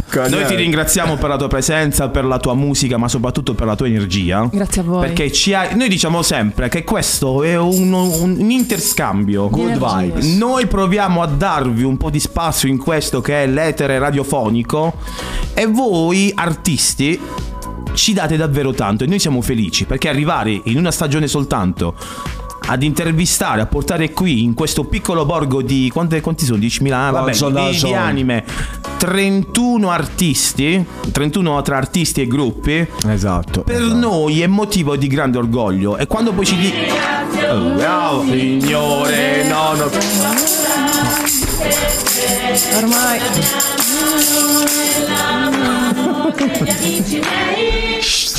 Speaker 1: Ecco, dai. Noi ti ringraziamo per la tua presenza, per la tua musica, ma soprattutto per la tua energia.
Speaker 6: Grazie a voi.
Speaker 1: Perché ci hai- noi diciamo sempre che questo è un, un- un interscambio.
Speaker 7: Good Energia. vibes.
Speaker 1: Noi proviamo a darvi un po' di spazio in questo che è l'etere radiofonico e voi artisti ci date davvero tanto e noi siamo felici perché arrivare in una stagione soltanto ad intervistare, a portare qui in questo piccolo borgo di quante- quanti sono? 10.000
Speaker 7: Non
Speaker 1: vabbè,
Speaker 7: so, non
Speaker 1: di,
Speaker 7: so.
Speaker 1: di anime 31 artisti 31 tra artisti e gruppi
Speaker 7: esatto
Speaker 1: per noi è motivo di grande orgoglio e quando poi ci di Oh, bravo signore no no
Speaker 6: Ormai.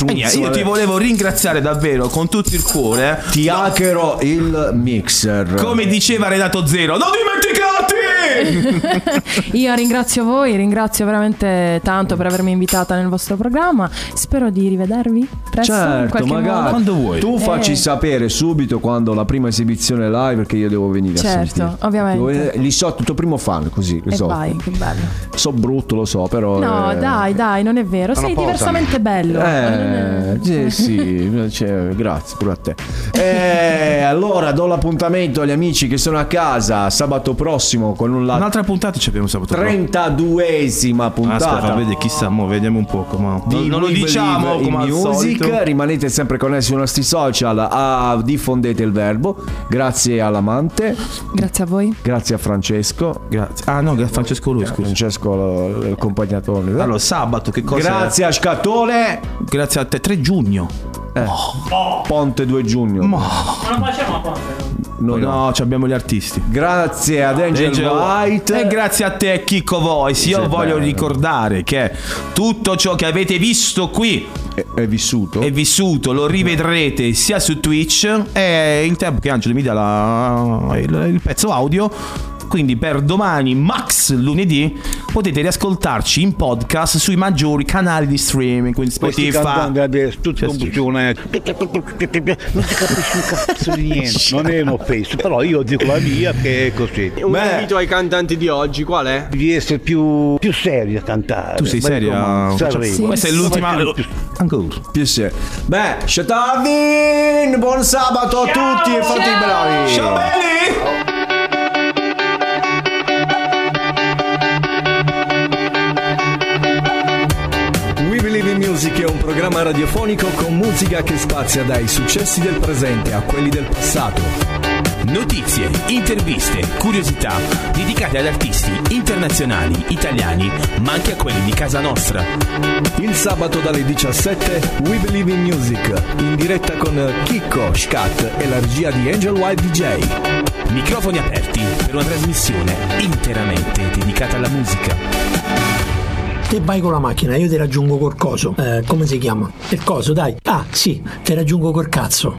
Speaker 1: E niente, io ti volevo ringraziare davvero con tutto il cuore
Speaker 7: Ti hackerò il mixer.
Speaker 1: come diceva Renato Zero non dimenticate
Speaker 6: Io ringrazio voi, ringrazio veramente tanto per avermi invitata nel vostro programma. Spero di rivedervi presto. Eh, in
Speaker 7: Certo,
Speaker 6: qualche
Speaker 7: magari
Speaker 6: modo.
Speaker 7: Tu
Speaker 6: Eh,
Speaker 7: facci sapere subito quando la prima esibizione live perché io devo venire a
Speaker 6: Certo,
Speaker 7: sentire.
Speaker 6: ovviamente.
Speaker 7: Devo vedere- Li so tutto primo fan così, li
Speaker 6: E
Speaker 7: so.
Speaker 6: vai, che bello.
Speaker 7: So brutto, lo so, però
Speaker 6: No,
Speaker 7: eh,
Speaker 6: dai, dai, non è vero.
Speaker 7: Ma
Speaker 6: Sei
Speaker 7: portami.
Speaker 6: diversamente bello.
Speaker 7: Eh, sì, sì, cioè, grazie pure a te. Eh, allora do l'appuntamento agli amici che sono a casa sabato prossimo con un
Speaker 1: Un'altra puntata ci abbiamo sabato. prossimo.
Speaker 7: 32esima puntata.
Speaker 1: Aspetta, vedi, chissà, mo, vediamo un po'. come-
Speaker 7: di
Speaker 1: Non, non lo
Speaker 7: We
Speaker 1: diciamo
Speaker 7: Believe in
Speaker 1: come al
Speaker 7: music.
Speaker 1: solito.
Speaker 7: Rimanete sempre connessi sui nostri social. a- diffondete il verbo. Grazie all'amante.
Speaker 6: Grazie a voi.
Speaker 7: Grazie a Francesco.
Speaker 1: Grazie. Ah, no, gra- Francesco lui, scusa.
Speaker 7: Francesco, lo- il compagnatone.
Speaker 1: Allora, sabato che cosa?
Speaker 7: Grazie a Scattone.
Speaker 1: Grazie a te, 3 giugno.
Speaker 7: Eh. Ponte 2 giugno.
Speaker 27: Ma non facciamo a ponte.
Speaker 7: No,
Speaker 1: no, ci abbiamo gli artisti.
Speaker 7: Grazie ad Angel,
Speaker 1: Angel
Speaker 7: White.
Speaker 1: E grazie a te, Chicco Voice. Io
Speaker 7: Sì,
Speaker 1: voglio
Speaker 7: bello.
Speaker 1: ricordare che tutto ciò che avete visto qui
Speaker 7: è, vissuto.
Speaker 1: È vissuto, lo rivedrete sia su Twitch e in tempo che Angelo mi dà la- il, il pezzo audio. Quindi per domani, max lunedì, potete riascoltarci in podcast sui maggiori canali di streaming, quindi
Speaker 16: Questi
Speaker 1: Spotify.
Speaker 16: cantanti adesso tutti confusione non si capisce un cazzo di niente non è un'offesa però io dico la mia che è così
Speaker 17: Un invito ai cantanti di oggi qual è?
Speaker 16: di essere più, più serio a cantare
Speaker 1: Tu sei
Speaker 16: Ma
Speaker 1: seria?
Speaker 16: come? Sanremo.
Speaker 1: Sì. Questa è l'ultima. Ancora.
Speaker 7: Piacere. Beh, Shatavin, buon sabato a tutti e fate i bravi.
Speaker 5: Ciao,
Speaker 7: belli.
Speaker 28: We Believe in Music è un programma radiofonico con musica che spazia dai successi del presente a quelli del passato.
Speaker 1: Notizie, interviste, curiosità dedicate ad artisti internazionali, italiani, ma anche a quelli di casa nostra.
Speaker 28: Il sabato dalle 17 We Believe in Music, in diretta con Chicco, Scat e la regia di Angel Wild DJ.
Speaker 1: Microfoni aperti per una trasmissione interamente dedicata alla musica.
Speaker 29: Te vai con la macchina, io ti raggiungo col coso. Eh, come si chiama? Il coso, dai. Ah, sì, ti raggiungo col cazzo.